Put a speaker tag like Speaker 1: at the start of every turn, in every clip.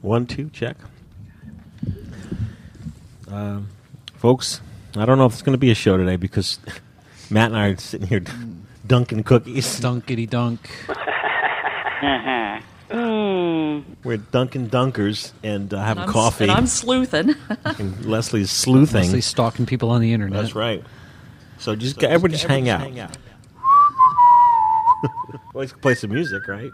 Speaker 1: One, two, check. Um, folks, I don't know if it's going to be a show today because Matt and I are sitting here dunking cookies.
Speaker 2: Dunkety dunk.
Speaker 3: Uh-huh. Mm.
Speaker 1: We're dunking dunkers and uh, having
Speaker 4: I'm s-
Speaker 1: coffee.
Speaker 4: And I'm sleuthing.
Speaker 1: and Leslie's sleuthing.
Speaker 2: Mostly stalking people on the internet.
Speaker 1: That's right. So just get- everyone just hang out. well, you can play some music, right?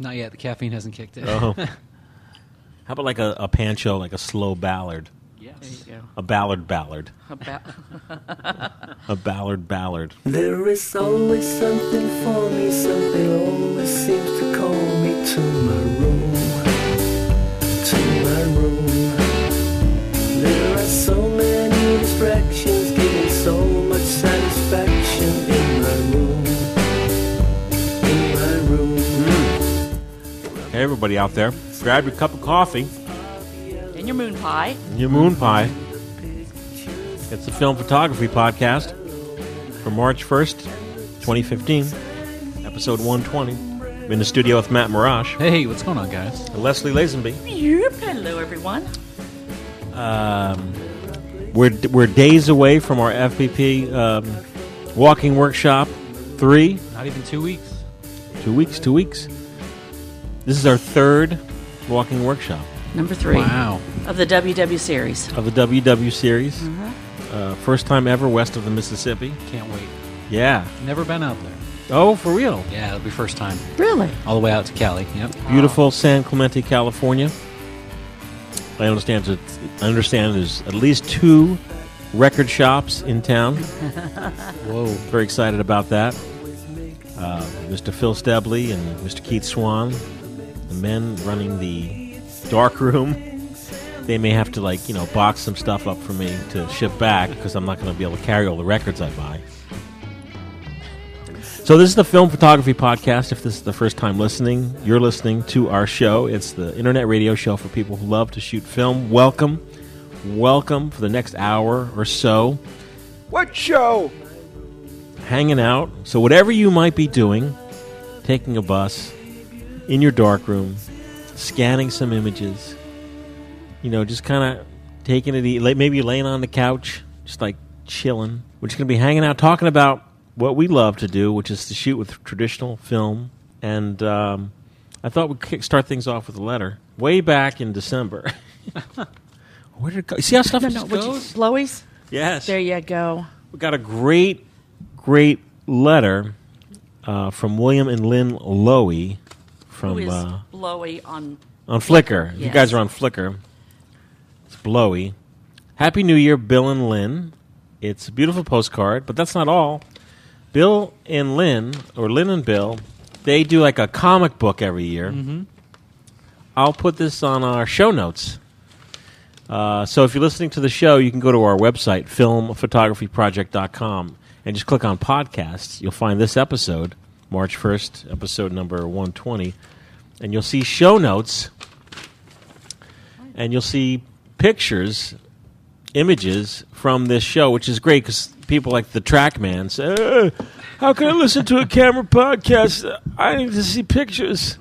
Speaker 2: Not yet. The caffeine hasn't kicked in.
Speaker 1: Oh. How about like a, a pancho, like a slow ballad?
Speaker 4: there you go.
Speaker 1: A ballad ballad.
Speaker 4: About,
Speaker 1: A ballad ballad.
Speaker 5: There is always something for me, something always seems to call me to my room, to my room. There are so many distractions, giving so much satisfaction in my room, in my room.
Speaker 1: Hey, everybody out there, grab your cup of coffee,
Speaker 4: and your moon pie.
Speaker 1: and your moon pie. It's the Film Photography Podcast for March 1st, 2015, episode 120. I'm in the studio with Matt Mirage
Speaker 2: Hey, what's going on, guys?
Speaker 1: and Leslie Lazenby.
Speaker 4: Yep. Hello, everyone.
Speaker 1: We're, we're days away from our FPP um, walking workshop three.
Speaker 2: Not even two weeks.
Speaker 1: Two weeks, two weeks. This is our third walking workshop
Speaker 4: Number three
Speaker 2: Wow.
Speaker 4: of the WW series.
Speaker 1: of the WW series. Uh, first time ever west of the Mississippi.
Speaker 2: Can't wait.
Speaker 1: Yeah.
Speaker 2: Never been out there.
Speaker 1: Oh, for real.
Speaker 2: Yeah, it'll be first time.
Speaker 4: Really?
Speaker 2: All the way out to Cali. Yep.
Speaker 1: Beautiful San Clemente, California. I understand. That, I understand. There's at least two record shops in town.
Speaker 2: Whoa.
Speaker 1: Very excited about that. Uh, Mr. Phil Stebley and Mr. Keith Swan, the men running the dark room. They may have to like you know box some stuff up for me to ship back because I'm not going to be able to carry all the records I buy. So this is the Film Photography Podcast. If this is the first time listening, you're listening to our show. It's the internet radio show for people who love to shoot film. Welcome, welcome for the next hour or so
Speaker 6: What show?
Speaker 1: hanging out. So whatever you might be doing, taking a bus, in your darkroom, scanning some images, you know, just kind of taking it easy. Maybe laying on the couch, just like chilling. We're just going to be hanging out, talking about what we love to do, which is to shoot with traditional film. And um, I thought we'd kick start things off with a letter. Way back in December. Where did it go? See how stuff
Speaker 4: No, no.
Speaker 1: just
Speaker 4: Would you,
Speaker 1: goes?
Speaker 4: Blowies?
Speaker 1: yes.
Speaker 4: There you go.
Speaker 1: We got a great, great letter uh, from William and Lynn Lowy
Speaker 4: Who
Speaker 1: from
Speaker 4: is
Speaker 1: uh,
Speaker 4: Blowy on?
Speaker 1: on Flickr. You
Speaker 4: Yes.
Speaker 1: guys are on Flickr. It's blowy. Happy New Year, Bill and Lynn. It's a beautiful postcard, but that's not all. Bill and Lynn, or Lynn and Bill, they do like a comic book every year. I'll put this on our show notes. Uh, so if you're listening to the show, you can go to our website, filmphotographyproject.com, and just click on podcasts. You'll find this episode, March 1st, episode number 120, and you'll see show notes, and you'll see pictures, images from this show, which is great because people like the Trackman say, "Uh, How can I listen to a camera podcast? I need to see pictures.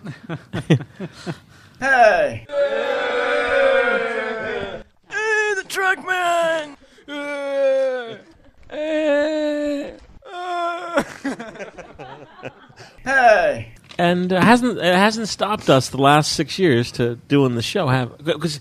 Speaker 6: Hey! Hey!
Speaker 1: and it hasn't it hasn't stopped us the last six years to doing the show. Have because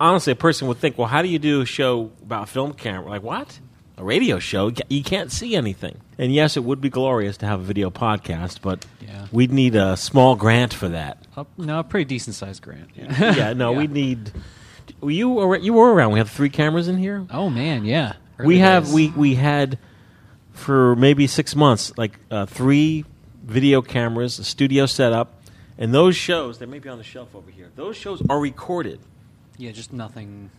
Speaker 1: honestly, a person would think, well, how do you do a show about film camera? Like what? A radio show? You ca- You can't see anything. And yes, it would be glorious to have a video podcast, but
Speaker 2: Yeah.
Speaker 1: we'd need a small grant for that.
Speaker 2: Up, no, a pretty decent sized grant.
Speaker 1: yeah, no,
Speaker 2: Yeah.
Speaker 1: we'd need. were You were you were around. We had three cameras in here.
Speaker 2: Oh, man. Yeah.
Speaker 1: we
Speaker 2: Early
Speaker 1: have
Speaker 2: days.
Speaker 1: we we had for maybe six months like uh, three video cameras a studio setup and those shows they may be on the shelf over here those shows are recorded
Speaker 2: Yeah, just nothing.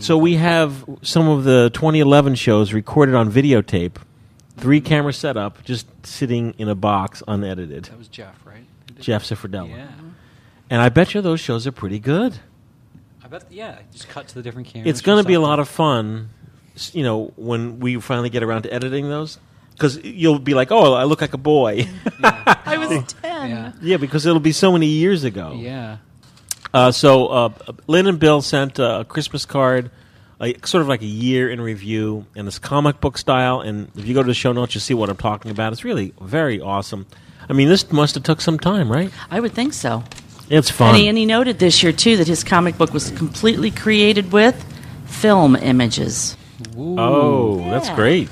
Speaker 1: so we have some of the 2011 shows recorded on videotape three camera setup just sitting in a box unedited
Speaker 2: That was Jeff, right? Who did
Speaker 1: jeff
Speaker 2: that?
Speaker 1: Cifredella.
Speaker 2: Yeah.
Speaker 1: and i bet you those shows are pretty good
Speaker 2: I bet, yeah, just cut to the different cameras.
Speaker 1: it's going to be a lot of fun, s- you know, when we finally get around to editing those. Because you'll be like, oh, I look like a boy.
Speaker 4: I was ten.
Speaker 2: Oh. Yeah.
Speaker 1: yeah, because it'll be so many years ago.
Speaker 2: Yeah.
Speaker 1: Uh, so uh, Lynn and Bill sent uh, a Christmas card, a, sort of like a year in review, and this comic book style. And if you go to the show notes, you'll see what I'm talking about. It's really very awesome. I mean, this must have took some time, right?
Speaker 4: I would think so.
Speaker 1: It's fun.
Speaker 4: And he, and he noted this year too that his comic book was completely created with film images.
Speaker 1: Oh, that's
Speaker 4: Yeah.
Speaker 1: great.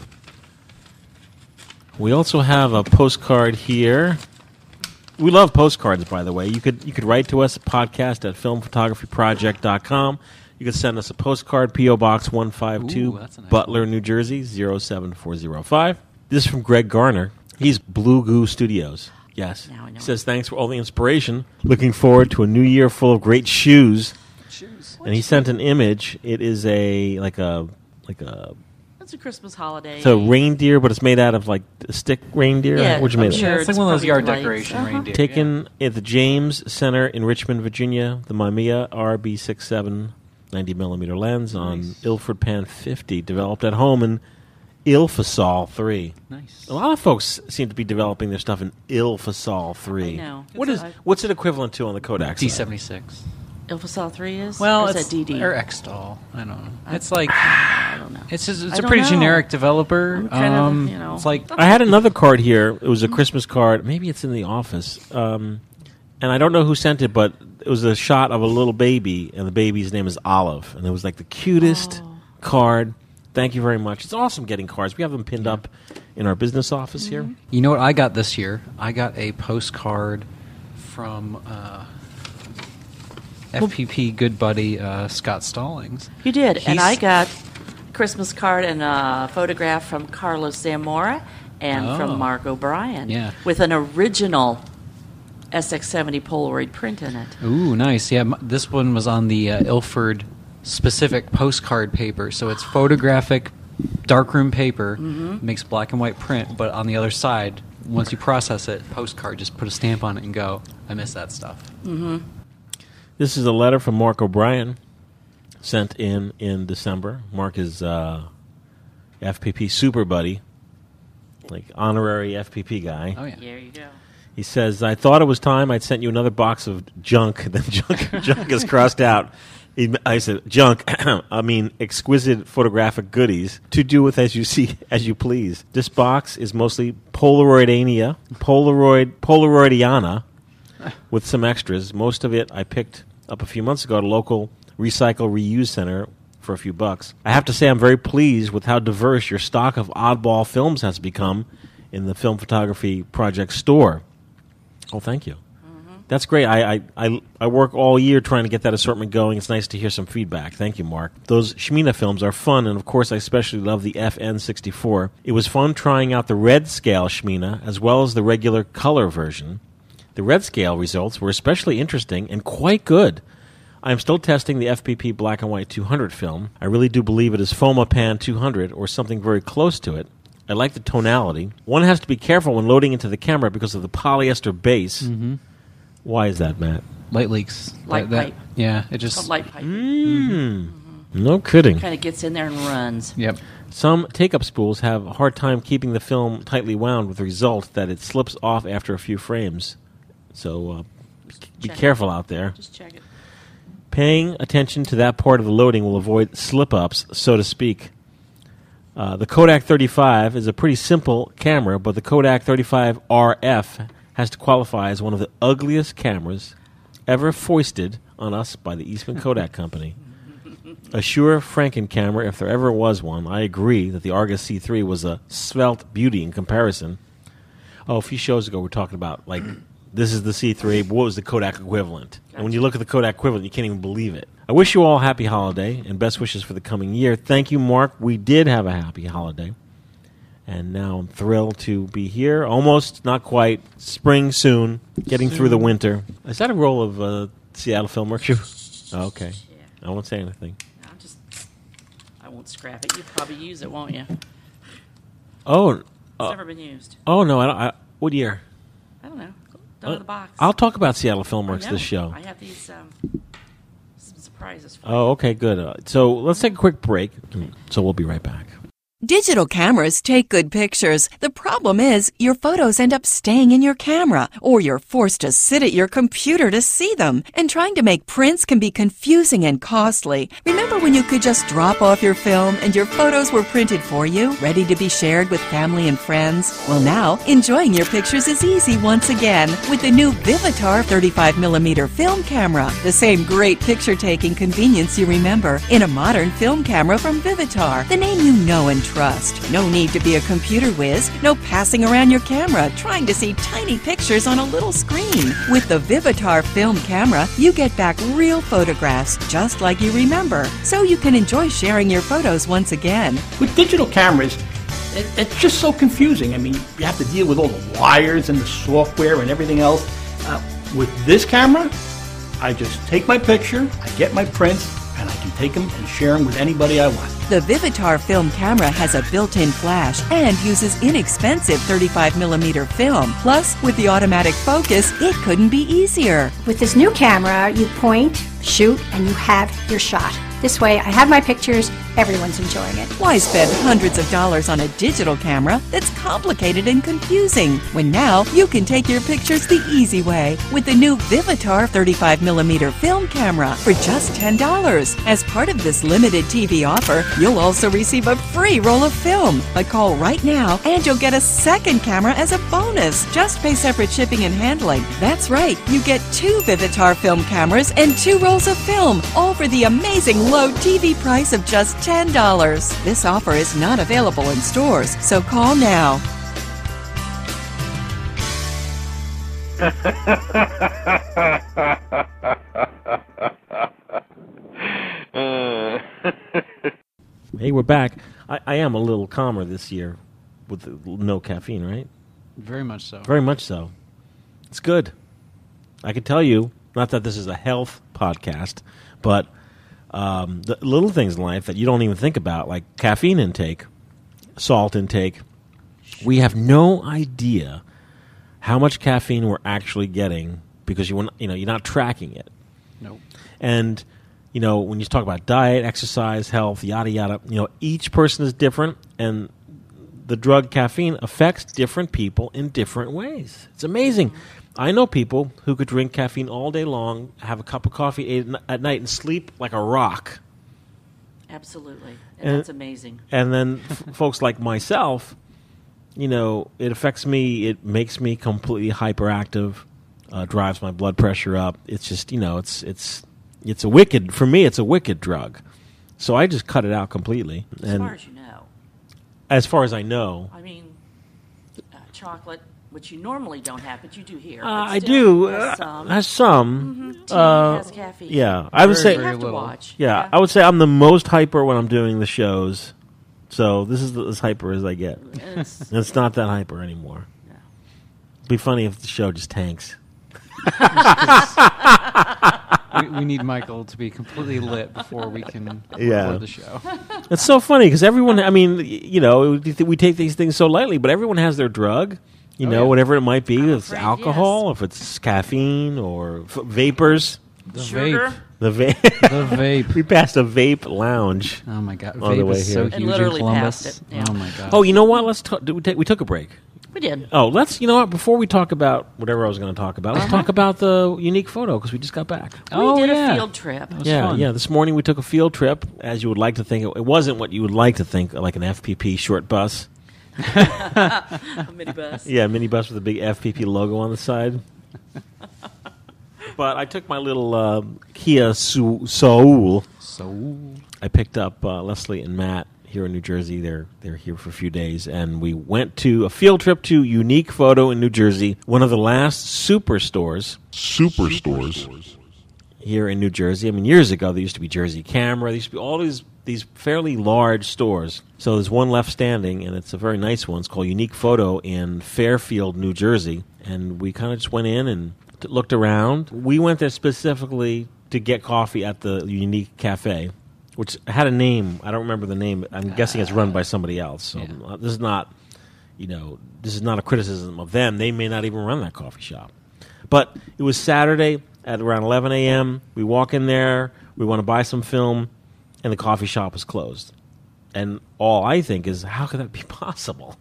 Speaker 1: We also have a postcard here. We love postcards, by the way. You could you could write to us at podcast at filmphotographyproject.com. You could send us a postcard, P.O. Box 152,
Speaker 2: Ooh, that's a nice
Speaker 1: Butler, New Jersey, 07405. This is from Greg Garner. He's Blue Goo Studios. Yes.
Speaker 4: Now I know.
Speaker 1: He says, Thanks for all the inspiration. Looking forward to a new year full of great shoes.
Speaker 2: Shoes.
Speaker 1: And he sent an image. It is a like a like a
Speaker 4: That's a Christmas holiday.
Speaker 1: it's a reindeer, but it's made out of like a stick reindeer.
Speaker 4: Yeah,
Speaker 1: which
Speaker 4: I'm
Speaker 1: made
Speaker 4: sure.
Speaker 1: it.
Speaker 2: Yeah, it's like one of those
Speaker 4: It's
Speaker 2: yard
Speaker 4: probably
Speaker 2: decoration
Speaker 4: lights. Uh-huh.
Speaker 2: reindeer.
Speaker 1: Taken at the James Center in Richmond, Virginia, the Mamiya RB67 90 millimeter lens on Ilford Pan 50, developed at home in Ilfasol 3.
Speaker 2: yeah. Nice.
Speaker 1: A lot of folks seem to be developing their stuff in Ilfasol 3.
Speaker 4: I know.
Speaker 1: What
Speaker 4: It's
Speaker 1: is
Speaker 4: a-
Speaker 1: what's it equivalent to on the Kodak?
Speaker 2: D
Speaker 1: side?
Speaker 2: seventy six.
Speaker 4: Alpha Cell Three is.
Speaker 2: Well,
Speaker 4: or is
Speaker 2: it's
Speaker 4: that DD?
Speaker 2: or Xtol. I don't know. It's like
Speaker 4: I don't know.
Speaker 2: it's just,
Speaker 4: I
Speaker 2: it's a
Speaker 4: don't
Speaker 2: pretty
Speaker 4: know.
Speaker 2: generic developer.
Speaker 4: I'm kind of,
Speaker 2: um,
Speaker 4: you know.
Speaker 2: it's like
Speaker 1: I had another card here. It was a Christmas card. Maybe it's in the office. Um, and I don't know who sent it, but it was a shot of a little baby, and the baby's name is Olive. And it was like the cutest card. Thank you very much. It's awesome getting cards. We have them pinned up in our business office here.
Speaker 2: You know what I got this year? I got a postcard from uh, FPP good buddy uh, Scott Stallings.
Speaker 4: You did, and
Speaker 2: He's-
Speaker 4: I got a Christmas card and a photograph from Carlos Zamora and
Speaker 2: Oh.
Speaker 4: from Mark O'Brien.
Speaker 2: Yeah.
Speaker 4: with an original SX70 Polaroid print in it.
Speaker 2: Ooh, nice. Yeah, m- this one was on the uh, Ilford specific postcard paper. So it's photographic darkroom paper,
Speaker 4: Mm-hmm.
Speaker 2: makes black and white print, but on the other side, once you process it, postcard, just put a stamp on it and go. I miss that stuff.
Speaker 1: This is a letter from Mark O'Brien, sent in in December. Mark is uh, FPP Super Buddy, like honorary FPP guy.
Speaker 2: Oh, yeah.
Speaker 4: There you go.
Speaker 1: He says, I thought it was time I'd sent you another box of junk. Then junk, junk is crossed out. He- I said, junk, I mean exquisite photographic goodies to do with as you see, as you please. This box is mostly Polaroidania, Polaroid, Polaroidiana with some extras. Most of it I picked up a few months ago at a local recycle reuse center for a few bucks. I have to say I'm very pleased with how diverse your stock of oddball films has become in the film photography project store. Oh, thank you. That's great. I, I, I, I work all year trying to get that assortment going. It's nice to hear some feedback. Thank you, Mark. Those Shemina films are fun, and of course, I especially love the FN64. It was fun trying out the red scale Shemina as well as the regular color version. The red scale results were especially interesting and quite good. I am still testing the FPP Black and White 200 film. I really do believe it is Fomapan 200 or something very close to it. I like the tonality. One has to be careful when loading into the camera because of the polyester base. Why is that, Matt?
Speaker 2: Light leaks.
Speaker 4: Light
Speaker 2: that,
Speaker 4: pipe.
Speaker 2: Yeah, it
Speaker 4: It's called
Speaker 2: just.
Speaker 4: light pipe.
Speaker 1: No kidding.
Speaker 4: Kind of gets in there and runs.
Speaker 2: Yep.
Speaker 1: Some take up spools have a hard time keeping the film tightly wound with the result that it slips off after a few frames. So uh, be
Speaker 4: check.
Speaker 1: careful out there.
Speaker 4: Just check it.
Speaker 1: Paying attention to that part of the loading will avoid slip ups, so to speak. Uh, the Kodak 35 is a pretty simple camera, but the Kodak 35 RF has to qualify as one of the ugliest cameras ever foisted on us by the Eastman Kodak Company. A sure Franken camera, if there ever was one. I agree that the Argus C3 was a svelte beauty in comparison. Oh, a few shows ago, we are talking about like this is the C3. What was the Kodak equivalent? And when you look at the Kodak equivalent, you can't even believe it. I wish you all a happy holiday and best wishes for the coming year. Thank you, Mark. We did have a happy holiday, and now I'm thrilled to be here. Almost, not quite. Spring soon. Getting through the winter. Is that a roll of uh, Seattle Film Workshop? Oh, okay. I won't say anything.
Speaker 4: I'll just. I won't scrap it. You probably use it, won't you? It's
Speaker 1: Oh, uh,
Speaker 4: never been used.
Speaker 1: oh no! I don't, I, what year?
Speaker 4: I don't know. Go to the box.
Speaker 1: I'll talk about Seattle
Speaker 4: I
Speaker 1: FilmWorks
Speaker 4: know.
Speaker 1: this show.
Speaker 4: I have these um, some surprises for you.
Speaker 1: Uh, Oh, okay, good. Uh, so let's take a quick break. So we'll be right back.
Speaker 7: Digital cameras take good pictures. The problem is, your photos end up staying in your camera, or you're forced to sit at your computer to see them. And trying to make prints can be confusing and costly. Remember when you could just drop off your film and your photos were printed for you, ready to be shared with family and friends? Well, now, enjoying your pictures is easy once again with the new Vivitar 35mm film camera. The same great picture taking convenience you remember in a modern film camera from Vivitar, the name you know and trust. No need to be a computer whiz, no passing around your camera trying to see tiny pictures on a little screen. With the Vivitar film camera, you get back real photographs just like you remember, so you can enjoy sharing your photos once again.
Speaker 8: With digital cameras, it, it's just so confusing. I mean, you have to deal with all the wires and the software and everything else. Uh, with this camera, I just take my picture, I get my prints, and I can take them and share them with anybody I want.
Speaker 7: The Vivitar film camera has a built-in flash and uses inexpensive 35mm film. Plus, with the automatic focus, it couldn't be easier.
Speaker 9: With this new camera, you point, shoot, and you have your shot. This way, I have my pictures, everyone's enjoying it.
Speaker 7: Why spend hundreds of dollars on a digital camera that's complicated and confusing when now you can take your pictures the easy way with the new Vivitar 35mm film camera for just $10? As part of this limited TV offer, you'll also receive a free roll of film. But call right now and you'll get a second camera as a bonus. Just pay separate shipping and handling. That's right, you get two Vivitar film cameras and two rolls of film, all for the amazing low TV price of just $10. This offer is not available in stores, so call now.
Speaker 1: Hey, we're back. I, I am a little calmer this year with the- no caffeine, right?
Speaker 2: Very much so.
Speaker 1: Very much so. It's good. I can tell you, not that this is a health podcast, but um, the little things in life that you don't even think about, like caffeine intake, salt intake. We have no idea how much caffeine we're actually getting because you, were not- you know you're not tracking it.
Speaker 2: Nope.
Speaker 1: And you know, when you talk about diet, exercise, health, yada yada, you know, each person is different, and the drug caffeine affects different people in different ways. It's amazing. I know people who could drink caffeine all day long, have a cup of coffee at- at night, and sleep like a rock.
Speaker 4: Absolutely. And,
Speaker 1: And-
Speaker 4: that's amazing.
Speaker 1: And then f- folks like myself, you know, it affects me. It makes me completely hyperactive. Uh, drives my blood pressure up. It's just you know, it's it's it's a wicked for me. It's a wicked drug. So I just cut it out completely.
Speaker 4: As
Speaker 1: and
Speaker 4: far as you know.
Speaker 1: as far as I know,
Speaker 4: I mean, uh, chocolate, which you normally don't have, but you do here.
Speaker 1: uh, I do
Speaker 4: Has
Speaker 1: uh,
Speaker 4: some. Mm-hmm.
Speaker 1: has some.
Speaker 4: Tea
Speaker 1: uh,
Speaker 4: has caffeine.
Speaker 1: Yeah, I would
Speaker 2: Very,
Speaker 1: say
Speaker 4: You
Speaker 2: very
Speaker 4: have to
Speaker 2: little.
Speaker 4: watch.
Speaker 1: Yeah, I would say I'm the most hyper when I'm doing the shows. So this is the, as hyper as I get.
Speaker 4: And it's-
Speaker 1: And it's not that hyper anymore. It'd be funny if the show just tanks.
Speaker 2: we, we need Michael to be completely lit before we can
Speaker 1: Yeah.
Speaker 2: record the show.
Speaker 1: It's so funny because everyone, I mean, y- you know, we th- we take these things so lightly, but everyone has their drug, you know,
Speaker 2: Oh, yeah.
Speaker 1: whatever it might be. if it's
Speaker 4: afraid,
Speaker 1: alcohol, if it's caffeine or f- vapors.
Speaker 2: The
Speaker 4: Sugar.
Speaker 2: vape.
Speaker 1: The va-
Speaker 2: The vape.
Speaker 1: we passed a vape lounge.
Speaker 2: Oh my god,
Speaker 1: On the
Speaker 2: vape
Speaker 1: way
Speaker 2: is so
Speaker 1: here.
Speaker 2: huge
Speaker 4: It literally
Speaker 2: in Columbus.
Speaker 4: passed it, yeah.
Speaker 2: Oh my god.
Speaker 1: Oh, you know what? Let's talk. Did we, take, we took a break.
Speaker 4: we did.
Speaker 1: Oh, let's. You know what? Before we talk about whatever I was going to talk about, let's talk about the unique photo because we just got back.
Speaker 2: Oh,
Speaker 4: we did
Speaker 2: yeah.
Speaker 4: a field trip.
Speaker 2: That was
Speaker 1: Yeah,
Speaker 2: fun.
Speaker 1: yeah. This morning we took a field trip, as you would like to think. It wasn't what you would like to think, like an FPP short bus.
Speaker 4: A minibus.
Speaker 1: Yeah, mini bus with a big FPP logo on the side. but I took my little uh, Kia Su- Soul.
Speaker 2: So
Speaker 1: I picked up uh, Leslie and Matt here in New Jersey. They're they're here for a few days, and we went to a field trip to Unique Photo in New Jersey, one of the last superstores
Speaker 10: Superstores.
Speaker 1: here in New Jersey. I mean, years ago there used to be Jersey Camera. There used to be all these these fairly large stores. So there's one left standing, and it's a very nice one. It's called Unique Photo in Fairfield, New Jersey. And we kind of just went in and t- looked around. We went there specifically to get coffee at the Unique Cafe, which had a name. I don't remember the name. I'm guessing it's run by somebody else. So
Speaker 2: yeah.
Speaker 1: uh, this is not, you know, this is not a criticism of them. They may not even run that coffee shop. But it was Saturday at around 11 a.m. We walk in there. We want to buy some film, and the coffee shop is closed. And all I think is, how could that be possible?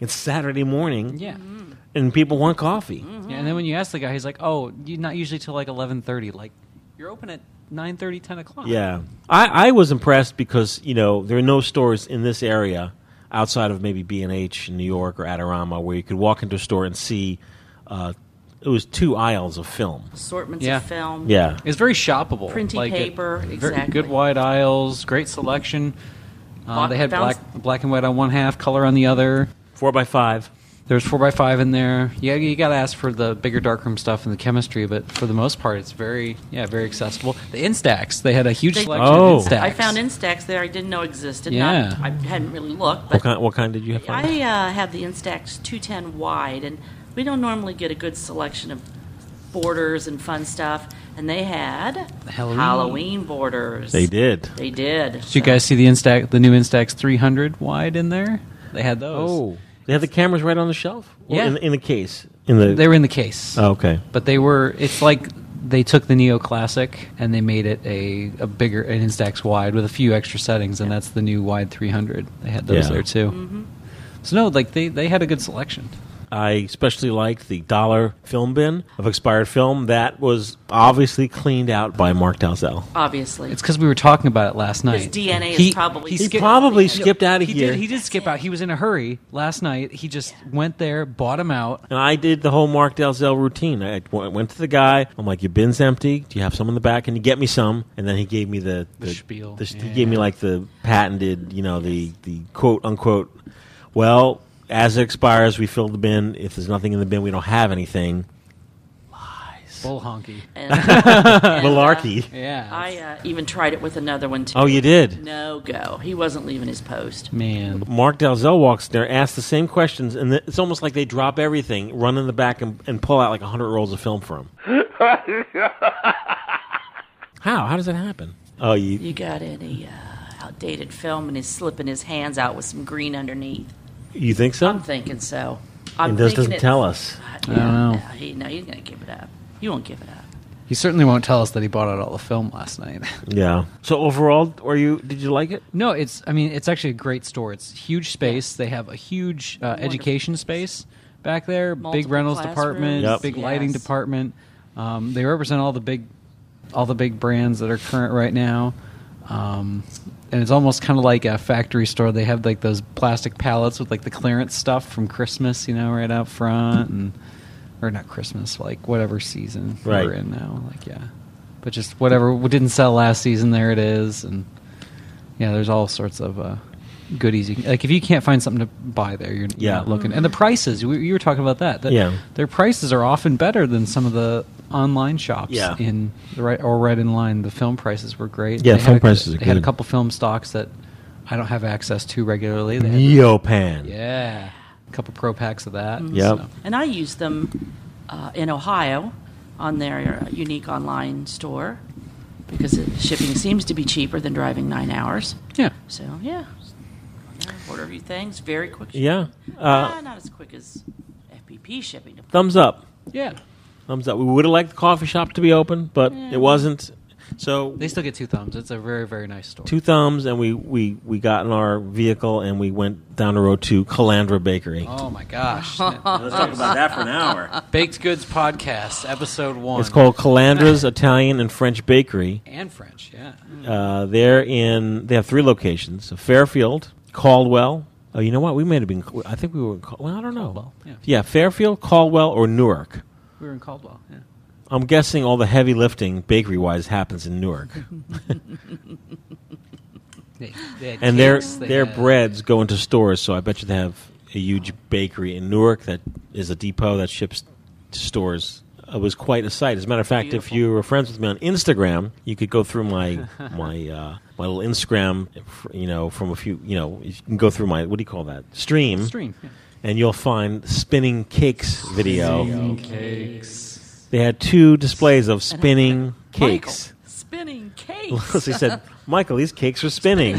Speaker 1: It's Saturday morning.
Speaker 2: Yeah. Mm.
Speaker 1: And people want coffee.
Speaker 2: Yeah, and then when you ask the guy, he's like, "Oh, you not usually till like eleven thirty. Like, you're open at 9:30, 10 o'clock."
Speaker 1: Yeah. I, I was impressed because, you know, there are no stores in this area outside of maybe B&H in New York or Adorama where you could walk into a store and see uh, it was two aisles of film.
Speaker 4: Assortments
Speaker 2: Yeah.
Speaker 4: of film.
Speaker 1: Yeah.
Speaker 2: It's very shoppable.
Speaker 4: Printy
Speaker 2: it-
Speaker 4: paper,
Speaker 2: very
Speaker 4: exactly.
Speaker 2: Good wide aisles, great selection. Uh,
Speaker 4: Bought-
Speaker 2: they had
Speaker 4: found-
Speaker 2: black black and white on one half, color on the other.
Speaker 1: Four by five.
Speaker 2: There's four by five in there. Yeah, you got to ask for the bigger darkroom stuff and the chemistry, but for the most part, it's very yeah very accessible. The Instax, they had a huge
Speaker 4: They-
Speaker 2: selection of Instax.
Speaker 4: I found Instax there I didn't know existed.
Speaker 2: Yeah.
Speaker 4: Not- I hadn't really looked,
Speaker 1: What
Speaker 4: but
Speaker 1: kind, what kind did you have? Frank?
Speaker 4: I uh, have the Instax 210 wide, and we don't normally get a good selection of borders and fun stuff. And they had
Speaker 2: Halloween.
Speaker 4: Halloween borders.
Speaker 1: They did.
Speaker 4: They did.
Speaker 2: Did you guys see the Instax, the new Instax 300 wide in there? They had those.
Speaker 1: Oh. They had the cameras right on the shelf? Or
Speaker 2: Yeah.
Speaker 1: In, in the case? In the,
Speaker 2: they were in the case.
Speaker 1: Oh, okay.
Speaker 2: But they were. It's like they took the Neo Classic and they made it a, a bigger an Instax wide with a few extra settings, and that's the new wide 300. They had those
Speaker 1: Yeah.
Speaker 2: there too.
Speaker 4: Mm-hmm.
Speaker 2: So no, like they they had a good selection.
Speaker 1: I especially liked the dollar film bin of expired film. That was obviously cleaned out by Mark Dalzell.
Speaker 4: Obviously.
Speaker 2: It's because we were talking about it last night.
Speaker 4: His DNA
Speaker 2: He-
Speaker 4: is probably.
Speaker 1: He probably skipped out of
Speaker 2: he
Speaker 1: here.
Speaker 2: did. He did skip out. He was in a hurry last night. He just went there, bought him out.
Speaker 1: And I did the whole Mark Dalzell routine. I w- went to the guy. I'm like, "Your bin's empty. Do you have some in the back? Can you get me some?" And then he gave me the, the,
Speaker 2: spiel.
Speaker 1: the- He gave me like the patented, you know, the the quote unquote. Well, as it expires, we fill the bin. If there's nothing in the bin, we don't have anything.
Speaker 2: Bull honky.
Speaker 4: and, and,
Speaker 1: Malarkey.
Speaker 4: uh,
Speaker 2: Yeah.
Speaker 4: I uh, even tried it with another one too.
Speaker 1: Oh, you did?
Speaker 4: No go. He wasn't leaving his post.
Speaker 2: Man.
Speaker 1: Mark Dalzell walks in there, asks the same questions, and th- it's almost like they drop everything, run in the back, and, and pull out like 100 rolls of film for him. How? How does that happen? Oh, you,
Speaker 4: You got any uh, outdated film, and he's slipping his hands out with some green underneath.
Speaker 1: you think so?
Speaker 4: I'm thinking so. I'm
Speaker 1: and this
Speaker 4: thinking
Speaker 1: doesn't
Speaker 4: it-
Speaker 1: tell us.
Speaker 2: I don't know.
Speaker 4: No, he, no, he's going to give it up. You won't give it up.
Speaker 2: He certainly won't tell us that he bought out all the film last night.
Speaker 1: Yeah. So overall, are you? Did you like it?
Speaker 2: No, it's. I mean, it's actually a great store. It's huge space. They have a huge uh, education space back there. big
Speaker 4: Multiple
Speaker 2: rentals
Speaker 4: classrooms.
Speaker 2: department.
Speaker 1: Yep.
Speaker 2: Big lighting
Speaker 4: Yes.
Speaker 2: department. Um, they represent all the big, all the big brands that are current right now. Um, and it's almost kind of like a factory store. They have like those plastic pallets with like the clearance stuff from Christmas, you know, right out front, and or not Christmas, like whatever season
Speaker 1: Right.
Speaker 2: we're in now. Like yeah, but just whatever didn't sell last season, there it is, and yeah, there's all sorts of uh, goodies. You can, like if you can't find something to buy there, you're, you're
Speaker 1: Yeah.
Speaker 2: not looking. And the prices, we, you were talking about that. that
Speaker 1: Yeah.
Speaker 2: their prices are often better than some of the online shops.
Speaker 1: Yeah.
Speaker 2: in the right or right in line, the film prices were great.
Speaker 1: Yeah,
Speaker 2: They had
Speaker 1: film
Speaker 2: a-
Speaker 1: prices are
Speaker 2: They had a
Speaker 1: good.
Speaker 2: couple film stocks that I don't have access to regularly. They had-
Speaker 1: Neopan.
Speaker 2: yeah, a couple pro packs of that.
Speaker 1: Yep.
Speaker 2: so.
Speaker 4: And I use them uh, in Ohio on their uh, unique online store because it, shipping seems to be cheaper than driving nine hours.
Speaker 2: yeah.
Speaker 4: So, yeah. Yeah, Order a few things, very quick.
Speaker 1: Yeah.
Speaker 4: Ah,
Speaker 1: Uh,
Speaker 4: not as quick as FPP shipping.
Speaker 1: thumbs up.
Speaker 2: Yeah.
Speaker 1: Thumbs up. We would have liked the coffee shop to be open, but it wasn't. So
Speaker 2: They still get two thumbs. It's a very very nice store.
Speaker 1: two thumbs, and we we we got in our vehicle and we went down the road to Calandra Bakery.
Speaker 2: Oh my gosh!
Speaker 1: Let's talk about that for an hour.
Speaker 2: Baked Goods Podcast, Episode One.
Speaker 1: It's called Calandra's Italian and French Bakery.
Speaker 2: and French. Yeah.
Speaker 1: Uh, they're in. They have three locations: Fairfield, Caldwell. Oh, you know what? We may have been. I think we were. In Cal- well, I don't know.
Speaker 2: Caldwell, yeah.
Speaker 1: Fairfield, Caldwell, or Newark.
Speaker 2: We were in Caldwell. Yeah.
Speaker 1: I'm guessing all the heavy lifting bakery wise happens in Newark,
Speaker 2: They, they had
Speaker 1: and their
Speaker 2: cakes, they
Speaker 1: their
Speaker 2: had-
Speaker 1: breads go into stores. So I bet you they have a huge bakery in Newark that is a depot that ships to stores. It was quite a sight. As a matter of fact, if
Speaker 4: Beautiful.
Speaker 1: you were friends with me on Instagram, you could go through my my uh, my little Instagram, you know, from a few, you know, you can go through my what do you call that stream,
Speaker 2: Stream. yeah.
Speaker 1: and you'll find spinning cakes video.
Speaker 2: Cakes.
Speaker 1: They had two displays of spinning cakes.
Speaker 4: Spinning
Speaker 1: So
Speaker 4: cakes.
Speaker 1: he said, Michael, these cakes are spinning.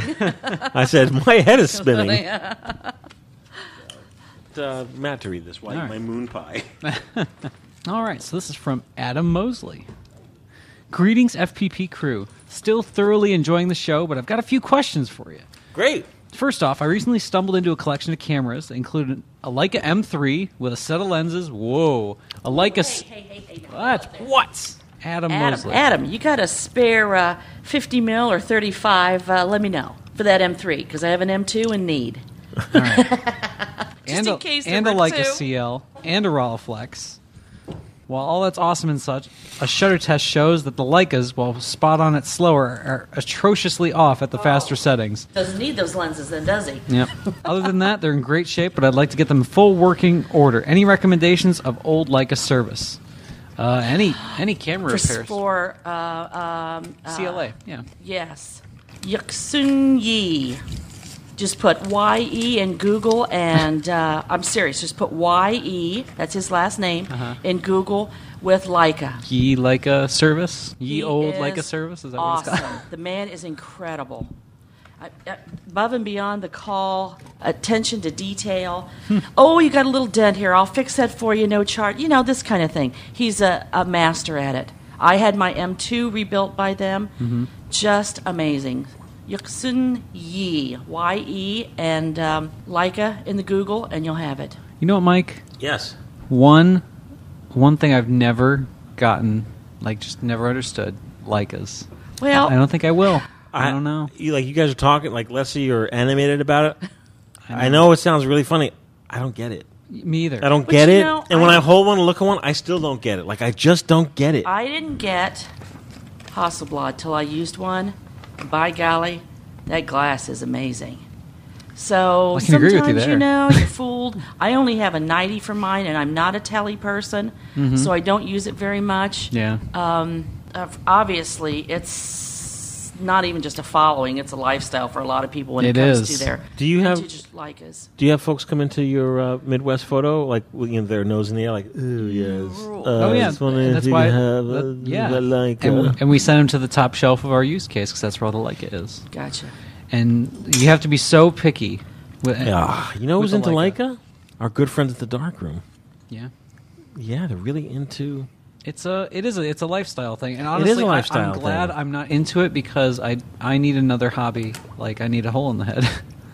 Speaker 1: I said, my head is spinning. uh, Matt to read this. Why
Speaker 2: All right. my
Speaker 1: moon pie?
Speaker 2: All right, so this is from Adam Mosley. Greetings, FPP crew. Still thoroughly enjoying the show, but I've got a few questions for you.
Speaker 1: Great.
Speaker 2: First off, I recently stumbled into a collection of cameras, including a Leica M3 with a set of lenses. Whoa, a Leica. s- That's what Adam.
Speaker 4: Adam,
Speaker 2: Mosley.
Speaker 4: Adam, you got a spare uh, 50 mil or 35? Uh, let me know for that M3 because I have an M2 in need. Just
Speaker 2: and
Speaker 4: in
Speaker 2: a,
Speaker 4: case there
Speaker 2: and a
Speaker 4: were
Speaker 2: Leica
Speaker 4: two.
Speaker 2: CL and a Rolleiflex. While all that's awesome and such, a shutter test shows that the Leicas, while spot on at slower, are atrociously off at the
Speaker 4: Oh.
Speaker 2: faster settings.
Speaker 4: Doesn't need those lenses then, does he?
Speaker 2: Yep. Other than that, they're in great shape, but I'd like to get them in full working order. Any recommendations of old Leica service? Uh, any any camera
Speaker 4: For,
Speaker 2: repairs?
Speaker 4: for uh, um, uh,
Speaker 2: CLA, yeah.
Speaker 4: Yes. Yuxun Yi. Just put YE in Google, and uh, I'm serious, just put YE, that's his last name,
Speaker 2: Uh-huh.
Speaker 4: in Google with Leica.
Speaker 2: Ye Leica service? Ye
Speaker 4: He
Speaker 2: old
Speaker 4: is
Speaker 2: Leica service? Is that
Speaker 4: awesome.
Speaker 2: what it's called?
Speaker 4: the man is incredible. I, I- above and beyond the call, attention to detail.
Speaker 2: Hmm.
Speaker 4: oh, you got a little dent here. I'll fix that for you. No chart. You know this kind of thing. He's a, a master at it. I had my M2 rebuilt by them.
Speaker 2: Mm-hmm.
Speaker 11: Mhm.
Speaker 4: Just amazing. Yuxin Yi, Y E, and um, Leica in the Google, and you'll have it.
Speaker 2: You know what, Mike?
Speaker 1: Yes.
Speaker 2: One one thing I've never gotten, like just never understood, Leicas.
Speaker 4: Well-
Speaker 2: I don't think I will.
Speaker 1: I, don't know. You, like you guys are talking, like Leslie, you're animated about it. I know. it sounds really funny. I don't get it.
Speaker 2: Me either.
Speaker 1: I don't
Speaker 4: But
Speaker 1: get
Speaker 4: you
Speaker 1: it.
Speaker 4: know,
Speaker 1: and when
Speaker 4: I-
Speaker 1: I hold one and look at one, I still don't get it. Like I just don't get it.
Speaker 4: I didn't get Hasselblad till I used one. By golly, that glass is amazing. So
Speaker 2: I can agree with you
Speaker 4: sometimes
Speaker 2: there.
Speaker 4: know you're fooled. I only have a ninety for mine, and I'm not a tally person,
Speaker 2: Mhm.
Speaker 4: so I don't use it very much.
Speaker 2: Yeah.
Speaker 4: Um, uh, obviously, it's not even just a following; it's a lifestyle for a lot of people when it,
Speaker 1: It
Speaker 4: comes
Speaker 1: is.
Speaker 4: to their
Speaker 1: Do you
Speaker 2: Oh.
Speaker 1: have-
Speaker 4: to just like us.
Speaker 1: Do you have folks come into your uh, Midwest photo like with you know, their nose in the air, like, "Ooh, yes, uh,
Speaker 2: oh yeah,
Speaker 1: just wondering if
Speaker 2: and that's
Speaker 1: you
Speaker 2: why.
Speaker 1: could have, uh,
Speaker 2: that- yeah,
Speaker 1: the like,
Speaker 2: and, we,
Speaker 1: uh,
Speaker 2: and we send them to the top shelf of our use case because that's where all the Leica is.
Speaker 4: Gotcha.
Speaker 2: And you have to be so picky. With,
Speaker 1: Yeah. You know
Speaker 2: with
Speaker 1: who's into
Speaker 2: the
Speaker 1: Leica? Our good friends at the Dark Room.
Speaker 2: Yeah.
Speaker 1: Yeah, they're really into.
Speaker 2: It's a it is a it's a lifestyle thing, and
Speaker 1: It is
Speaker 2: honestly,
Speaker 1: a
Speaker 2: I-
Speaker 1: lifestyle
Speaker 2: I'm glad
Speaker 1: thing.
Speaker 2: I'm not into it because I I need another hobby. Like I need a hole in the head.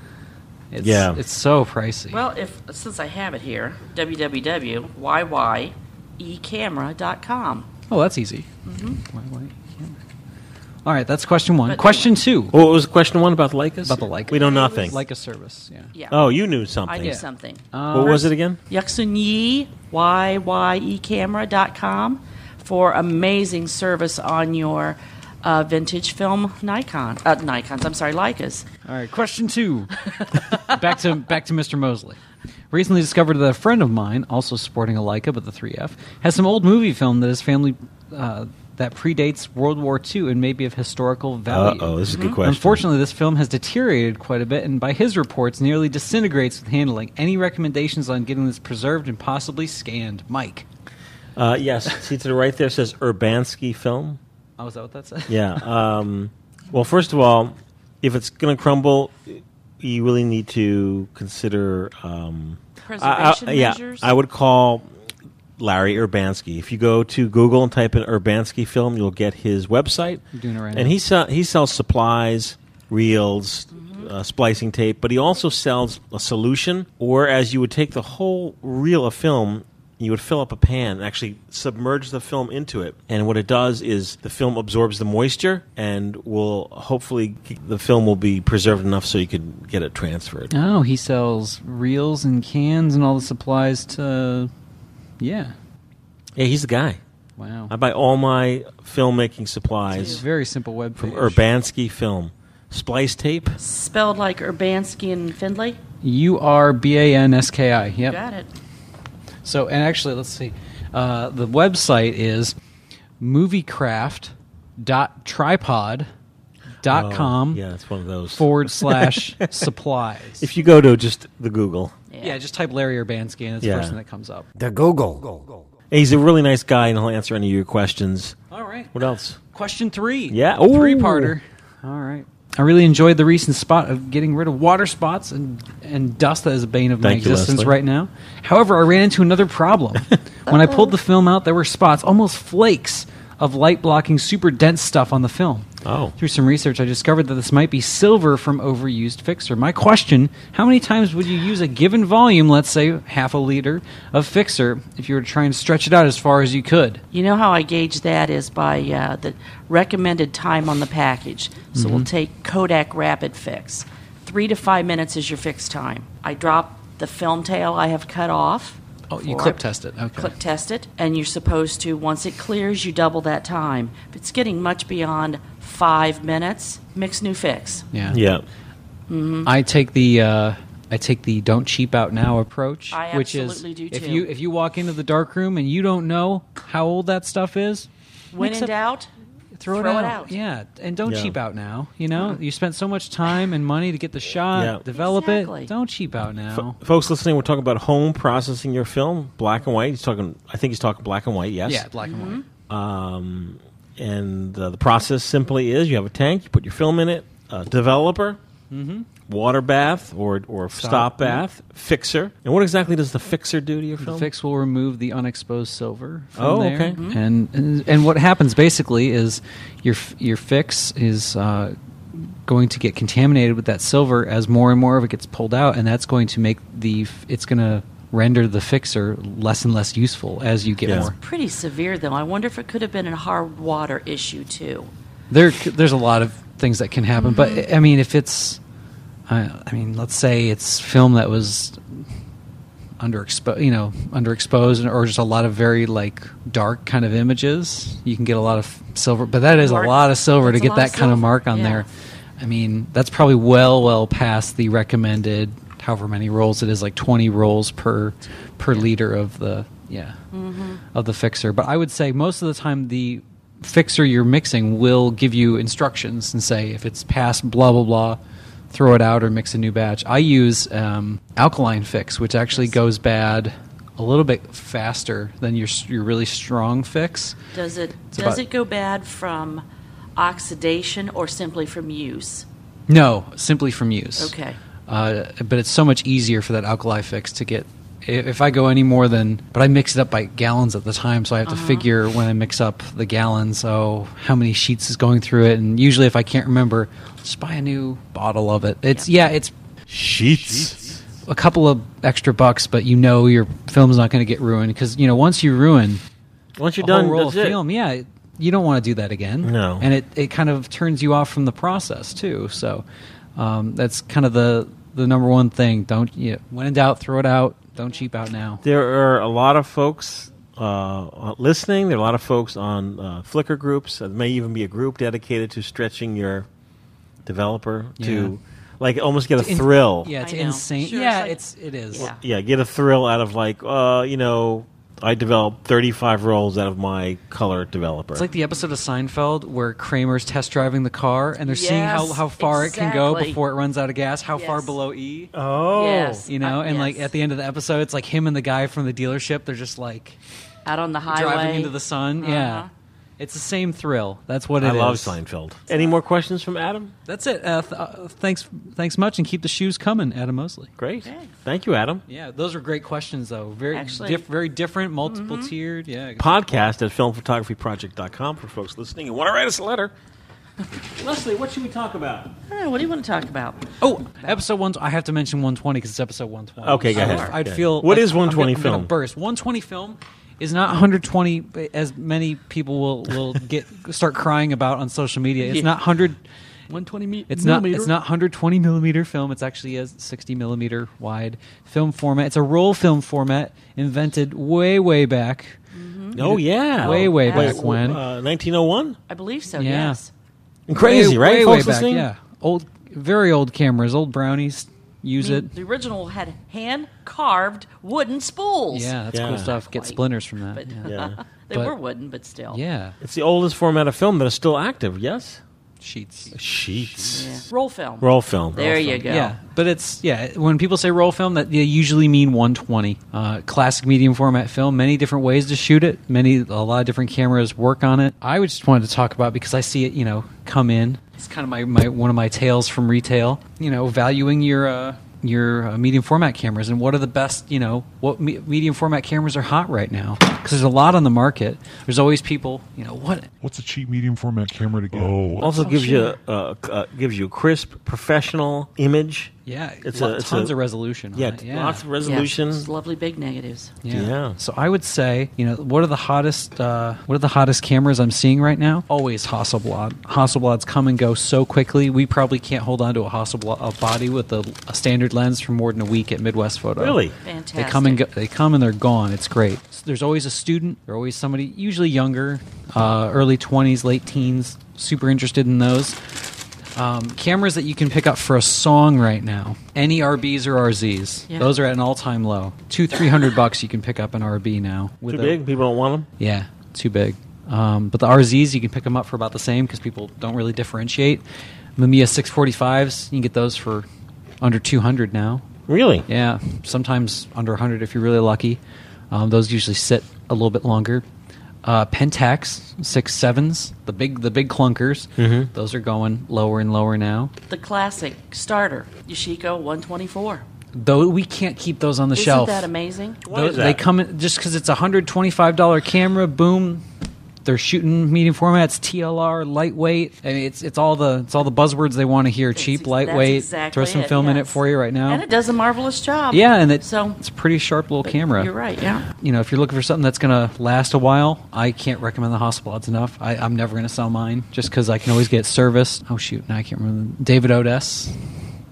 Speaker 2: it's,
Speaker 1: Yeah.
Speaker 2: it's so pricey.
Speaker 4: Well, if since I have it here, e www.yyecamera.com.
Speaker 2: Oh, that's easy.
Speaker 4: Mm-hmm.
Speaker 2: All right, that's question one.
Speaker 4: But-
Speaker 2: question two.
Speaker 1: Well, what was question one about the Leicas?
Speaker 2: About the Leica.
Speaker 1: We know nothing.
Speaker 2: Leica service. Yeah. Um,
Speaker 4: Yeah.
Speaker 1: Oh, you knew something.
Speaker 4: I knew
Speaker 1: Yeah.
Speaker 4: something.
Speaker 1: What was
Speaker 2: Uh,
Speaker 1: it again?
Speaker 4: Yuxunyi, E YYECamera.com for amazing service on your uh, vintage film Nikon, uh, Nikons, I'm sorry, Leicas.
Speaker 2: All right, question two. back to back to Mr. Mosley. Recently discovered that a friend of mine, also sporting a Leica but the 3F, has some old movie film that his family uh, that predates World War II and may be of historical value.
Speaker 1: Uh-oh, this is a good Mhm. question.
Speaker 2: Unfortunately, this film has deteriorated quite a bit, and by his reports, nearly disintegrates with handling. Any recommendations on getting this preserved and possibly scanned, Mike?
Speaker 1: Uh, yes. See to the right there says Urbanski Film.
Speaker 2: Oh, is that what that said?
Speaker 1: Yeah. Um, well, first of all, if it's going to crumble, you really need to consider um,
Speaker 4: Preservation
Speaker 1: I- I- yeah,
Speaker 4: measures?
Speaker 1: I would call Larry Urbanski. If you go to Google and type in Urbanski film, you'll get his website.
Speaker 2: I'm doing it right
Speaker 1: and
Speaker 2: now.
Speaker 1: he sell, he sells supplies, reels, uh, splicing tape, but he also sells a solution. Or as you would take the whole reel of film, you would fill up a pan and actually submerge the film into it. And what it does is the film absorbs the moisture and will hopefully the film will be preserved enough so you can get it transferred.
Speaker 2: Oh, he sells reels and cans and all the supplies to. Yeah.
Speaker 1: Yeah, he's the guy.
Speaker 2: Wow.
Speaker 1: I buy all my filmmaking
Speaker 2: It's
Speaker 1: supplies
Speaker 2: a very simple web
Speaker 1: from Urbanski Film. Splice tape.
Speaker 4: Spelled like Urbanski and Findlay.
Speaker 2: U R B A N S K I. Yep.
Speaker 4: Got it.
Speaker 2: So, and actually, let's see. Uh, the website is moviecraft.tripod.com
Speaker 1: Oh, yeah, it's one of those.
Speaker 2: forward slash supplies.
Speaker 1: If you go to just the Google,
Speaker 2: Yeah. just type Larry Urbanski and it's
Speaker 1: Yeah.
Speaker 2: the first thing that comes up.
Speaker 1: the Google. He's a really nice guy, and he'll answer any of your questions.
Speaker 2: All right.
Speaker 1: What else?
Speaker 2: Question three.
Speaker 1: Yeah. Ooh.
Speaker 2: Three parter. All right. I really enjoyed the recent spot of getting rid of water spots and, and dust that is a bane of my
Speaker 1: Thank you,
Speaker 2: existence
Speaker 1: Leslie.
Speaker 2: right now. However, I ran into another problem. when I pulled the film out, there were spots, almost flakes, of light blocking super dense stuff on the film.
Speaker 1: Oh.
Speaker 2: Through some research, I discovered that this might be silver from overused fixer. My question how many times would you use a given volume, let's say half a liter, of fixer if you were to try and stretch it out as far as you could?
Speaker 4: You know how I gauge that is by uh, the recommended time on the package. So we'll
Speaker 2: Mhm.
Speaker 4: take Kodak Rapid Fix. Three to five minutes is your fix time. I drop the film tail I have cut off.
Speaker 2: Oh, you
Speaker 4: for
Speaker 2: clip test it. Okay.
Speaker 4: Clip test it, and you're supposed to, once it clears, you double that time. If it's getting much beyond five minutes, mix new fix.
Speaker 2: Yeah.
Speaker 1: Yeah.
Speaker 4: hmm
Speaker 2: I take the uh, I take the don't cheap out now approach,
Speaker 4: I
Speaker 2: which is
Speaker 4: absolutely do
Speaker 2: if
Speaker 4: too.
Speaker 2: you if you walk into the dark room and you don't know how old that stuff is,
Speaker 4: When
Speaker 2: mix
Speaker 4: in
Speaker 2: up-
Speaker 4: doubt,
Speaker 2: throw, it, out. Yeah, and don't
Speaker 1: Yeah.
Speaker 2: cheap out now. You know, you spent so much time and money to get the shot,
Speaker 1: Yeah.
Speaker 2: develop it. Don't cheap out now.
Speaker 1: Folks listening, we're talking about home processing your film, black and white. He's talking. I think he's talking black and white. Yes.
Speaker 2: Yeah, black and white.
Speaker 1: Um, and uh, the process simply is: you have a tank, you put your film in it, a developer,
Speaker 2: Mhm.
Speaker 1: water bath or or stop,
Speaker 2: Stop, yeah.
Speaker 1: bath, fixer. And what exactly does the fixer do to your
Speaker 2: The
Speaker 1: film?
Speaker 2: fix will remove the unexposed silver. from
Speaker 1: Oh,
Speaker 2: there.
Speaker 1: okay. Mhm.
Speaker 2: And, and and what happens basically is your f- your fix is uh, going to get contaminated with that silver as more and more of it gets pulled out, and that's going to make the f- it's going to render the fixer less and less useful as you get more.
Speaker 4: Pretty severe, though. I wonder if it could have been a hard water issue, too.
Speaker 2: There c- there's a lot of things that can happen,
Speaker 11: Mm-hmm.
Speaker 2: but I mean if it's I, I mean let's say it's film that was underexposed, you know, underexposed, and- or just a lot of very like dark kind of images. You can get a lot of silver, but that is
Speaker 11: Mark.
Speaker 2: a lot of silver
Speaker 11: That's
Speaker 2: to
Speaker 11: a
Speaker 2: get
Speaker 11: lot
Speaker 2: that
Speaker 11: of
Speaker 2: kind of
Speaker 11: silver,
Speaker 2: mark on
Speaker 11: yeah.
Speaker 2: there. I mean, that's probably well, well past the recommended, however many rolls it is, like twenty rolls per per liter of the yeah
Speaker 11: Mhm.
Speaker 2: of the fixer. But I would say most of the time the fixer you're mixing will give you instructions and say if it's past blah blah blah throw it out or mix a new batch i use um, alkaline fix which actually goes bad a little bit faster than your s- your really strong fix
Speaker 4: Does it
Speaker 2: It's
Speaker 4: does
Speaker 2: about-
Speaker 4: it go bad from oxidation or simply from use?
Speaker 2: no simply from use
Speaker 4: Okay.
Speaker 2: uh, but it's so much easier for that alkali fix to get i- if I go any more than, but I mix it up by gallons at the time, so I have to figure when I mix up the gallons, oh, how many sheets is going through it, and usually if I can't remember, just buy a new bottle of it. It's yeah, it's
Speaker 1: sheets,
Speaker 2: a couple of extra bucks, but you know your film's not going to get ruined because you know once you ruin,
Speaker 1: Once you're
Speaker 2: a whole
Speaker 1: done,
Speaker 2: roll
Speaker 1: that's
Speaker 2: of
Speaker 1: it.
Speaker 2: film, yeah, it- you don't want to do that again.
Speaker 1: No.
Speaker 2: and it it kind of turns you off from the process too. So um, that's kind of the the number one thing. Don't you know, when in doubt, throw it out. Don't cheap out now.
Speaker 1: There are a lot of folks uh, listening. There are a lot of folks on uh, Flickr groups. There may even be a group dedicated to stretching your developer to, like, almost get a
Speaker 2: To in-
Speaker 1: thrill.
Speaker 2: Yeah, it's
Speaker 11: I know.
Speaker 2: insane.
Speaker 11: Sure,
Speaker 2: yeah,
Speaker 11: it's
Speaker 2: it's it is.
Speaker 11: Yeah.
Speaker 1: Yeah, get a thrill out of like, uh, you know, I developed 35 rolls out of my color developer.
Speaker 2: It's like the episode of Seinfeld where Kramer's test driving the car and they're seeing how,
Speaker 11: Yes,
Speaker 2: how far it can go
Speaker 11: exactly.
Speaker 2: before it runs out of gas, how far below E.
Speaker 1: Oh.
Speaker 4: Yes,
Speaker 2: You know,
Speaker 4: uh,
Speaker 2: and like
Speaker 4: yes.
Speaker 2: at the end of the episode, it's like him and the guy from the dealership. They're just like
Speaker 4: Out on the highway.
Speaker 2: driving into the sun.
Speaker 4: Uh-huh.
Speaker 2: Yeah. It's the same thrill. That's what it
Speaker 1: I
Speaker 2: is.
Speaker 1: love Seinfeld. Any more questions from Adam?
Speaker 2: That's it. Uh, th- uh, thanks, thanks much, and keep the shoes coming, Adam Mosley.
Speaker 1: Great. Thank you, Adam.
Speaker 2: Yeah, those were great questions, though. Very,
Speaker 11: Actually-
Speaker 2: diff- very different, multiple tiered. Yeah.
Speaker 1: Podcast at filmphotographyproject.com for folks listening who want to write us a letter. Leslie, what should we talk about?
Speaker 4: Eh, what do you want to talk about?
Speaker 2: Oh, episode one. I have to mention 120 because it's episode 120.
Speaker 1: Okay, go
Speaker 2: I-
Speaker 1: ahead.
Speaker 2: I'd
Speaker 1: Yeah.
Speaker 2: feel.
Speaker 1: What
Speaker 2: like
Speaker 1: is 120
Speaker 2: I'm gonna- I'm gonna
Speaker 1: film?
Speaker 2: burst. 120 film is not 120 but as many people will will get start crying about on social media. It's
Speaker 11: Yeah.
Speaker 2: not 100.
Speaker 11: 120 me-
Speaker 2: It's not.
Speaker 11: millimeter.
Speaker 2: It's not 120 millimeter film. It's actually a 60 millimeter wide film format. It's a roll film format invented way way back.
Speaker 1: Oh, yeah.
Speaker 2: way way
Speaker 1: Wait,
Speaker 2: back when.
Speaker 1: Uh, 1901?
Speaker 4: I believe so.
Speaker 2: Yeah.
Speaker 4: Yes.
Speaker 1: And crazy,
Speaker 2: Way-
Speaker 1: right,
Speaker 2: Way,
Speaker 1: folks
Speaker 2: way back,
Speaker 1: listening?
Speaker 2: yeah. Old, very old cameras, old brownies
Speaker 4: I
Speaker 2: use
Speaker 4: mean,
Speaker 2: it.
Speaker 4: The original had hand carved wooden spools.
Speaker 2: Yeah, that's
Speaker 1: Yeah.
Speaker 2: cool stuff. Get splinters from that.
Speaker 4: But
Speaker 2: yeah.
Speaker 4: they
Speaker 2: But-
Speaker 4: were wooden, but still.
Speaker 2: Yeah.
Speaker 1: It's the oldest format of film that is still active, yes?
Speaker 2: Sheets.
Speaker 1: Sheets.
Speaker 4: Yeah. Roll film.
Speaker 1: Roll film.
Speaker 4: There
Speaker 1: Roll
Speaker 4: you
Speaker 1: film.
Speaker 4: go.
Speaker 2: Yeah, but it's yeah. When people say roll film, that they usually mean 120. Uh, classic medium format film. Many different ways to shoot it. Many a lot of different cameras work on it. I would just wanted to talk about because I see it. You know, come in. It's kind of my, my one of my tales from retail. You know, valuing your uh, your uh, medium format cameras and what are the best you know what me- medium format cameras are hot right now because there's a lot on the market there's always people you know what
Speaker 10: What's a cheap medium format camera to get? Oh,
Speaker 1: Also gives
Speaker 2: sure.
Speaker 1: you uh, c- uh, gives you a crisp, professional image.
Speaker 2: Yeah, lo- tons of resolution on
Speaker 1: yeah,
Speaker 2: it, yeah.
Speaker 1: lots of
Speaker 2: Yeah.
Speaker 1: resolution.
Speaker 4: It's lovely big negatives.
Speaker 2: Yeah. So I would say, you know, what are the hottest? Uh, what are the hottest cameras I'm seeing right now? Always Hasselblad. Hasselblads come and go so quickly. We probably can't hold on to a Hasselblad a body with a, a standard lens for more than a week at Midwest Photo.
Speaker 1: Really?
Speaker 2: They come
Speaker 4: Fantastic.
Speaker 2: and go, they come and they're gone. It's great. So there's always a student. There's always somebody, usually younger, uh, early 20s, late teens. Super interested in those. Um, cameras that you can pick up for a song right now. Any RBs or RZs.
Speaker 1: Yeah.
Speaker 2: Those are at an all-time low. Two, three hundred bucks you can pick up an RB now.
Speaker 1: Too
Speaker 2: a-
Speaker 1: big. People don't want them.
Speaker 2: Yeah, too big. Um, but the RZs you can pick them up for about the same because people don't really differentiate. Mamiya 645s you can get those for under two hundred now.
Speaker 1: Really?
Speaker 2: Yeah, sometimes under hundred if you're really lucky. Um, those usually sit a little bit longer. Uh, Pentax six sevens, the big the big clunkers.
Speaker 1: Mhm.
Speaker 2: Those are going lower and lower now.
Speaker 4: The classic starter Yoshiko 124.
Speaker 2: Though we can't keep those on the
Speaker 4: Isn't
Speaker 2: shelf.
Speaker 4: that amazing? Why
Speaker 2: Tho-
Speaker 4: is that?
Speaker 2: They come in just because it's a hundred twenty-five dollar camera. Boom, they're shooting medium formats, TLR, lightweight. I mean, it's it's all the it's all the buzzwords they want to hear. Cheap, lightweight.
Speaker 4: exactly
Speaker 2: throw some
Speaker 4: it,
Speaker 2: film in it
Speaker 4: yes.
Speaker 2: for you right now.
Speaker 4: And it does a marvelous job.
Speaker 2: Yeah, and it,
Speaker 4: so
Speaker 2: it's a pretty sharp little camera.
Speaker 4: You're right, yeah.
Speaker 2: You know, if you're looking for something that's going to last a while, I can't recommend the Hasselblads enough. I, I'm never going to sell mine just because I can always get service. Oh shoot, now I can't remember. David Odes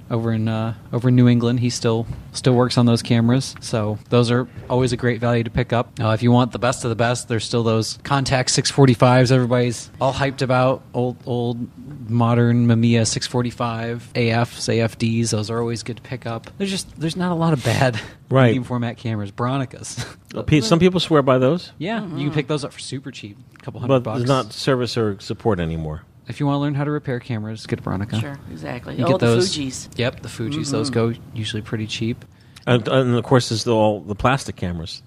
Speaker 2: over in uh, over in New England, he still still works on those cameras. So those are always a great value to pick up. Uh, if you want the best of the best, there's still those Contact 645s. Everybody's all hyped about old old modern Mamiya 645 AFs, AFDs. Those are always good to pick up. There's just there's not a lot of bad
Speaker 1: Right.
Speaker 2: medium format cameras. Bronicas.
Speaker 1: Uh, pe- Some people swear by those,
Speaker 2: Yeah, you
Speaker 4: Mm-hmm.
Speaker 2: can pick those up for super cheap, a couple hundred
Speaker 1: but
Speaker 2: bucks.
Speaker 1: there's not service or support anymore.
Speaker 2: if you want to learn how to repair cameras, get a Bronica.
Speaker 4: Sure, exactly.
Speaker 2: You
Speaker 4: Oh,
Speaker 2: get
Speaker 4: the
Speaker 2: those.
Speaker 4: Fujis.
Speaker 2: Yep, the Fujis. Those
Speaker 4: Mhm.
Speaker 2: go usually pretty cheap.
Speaker 1: And, and of course, there's the, all the plastic cameras,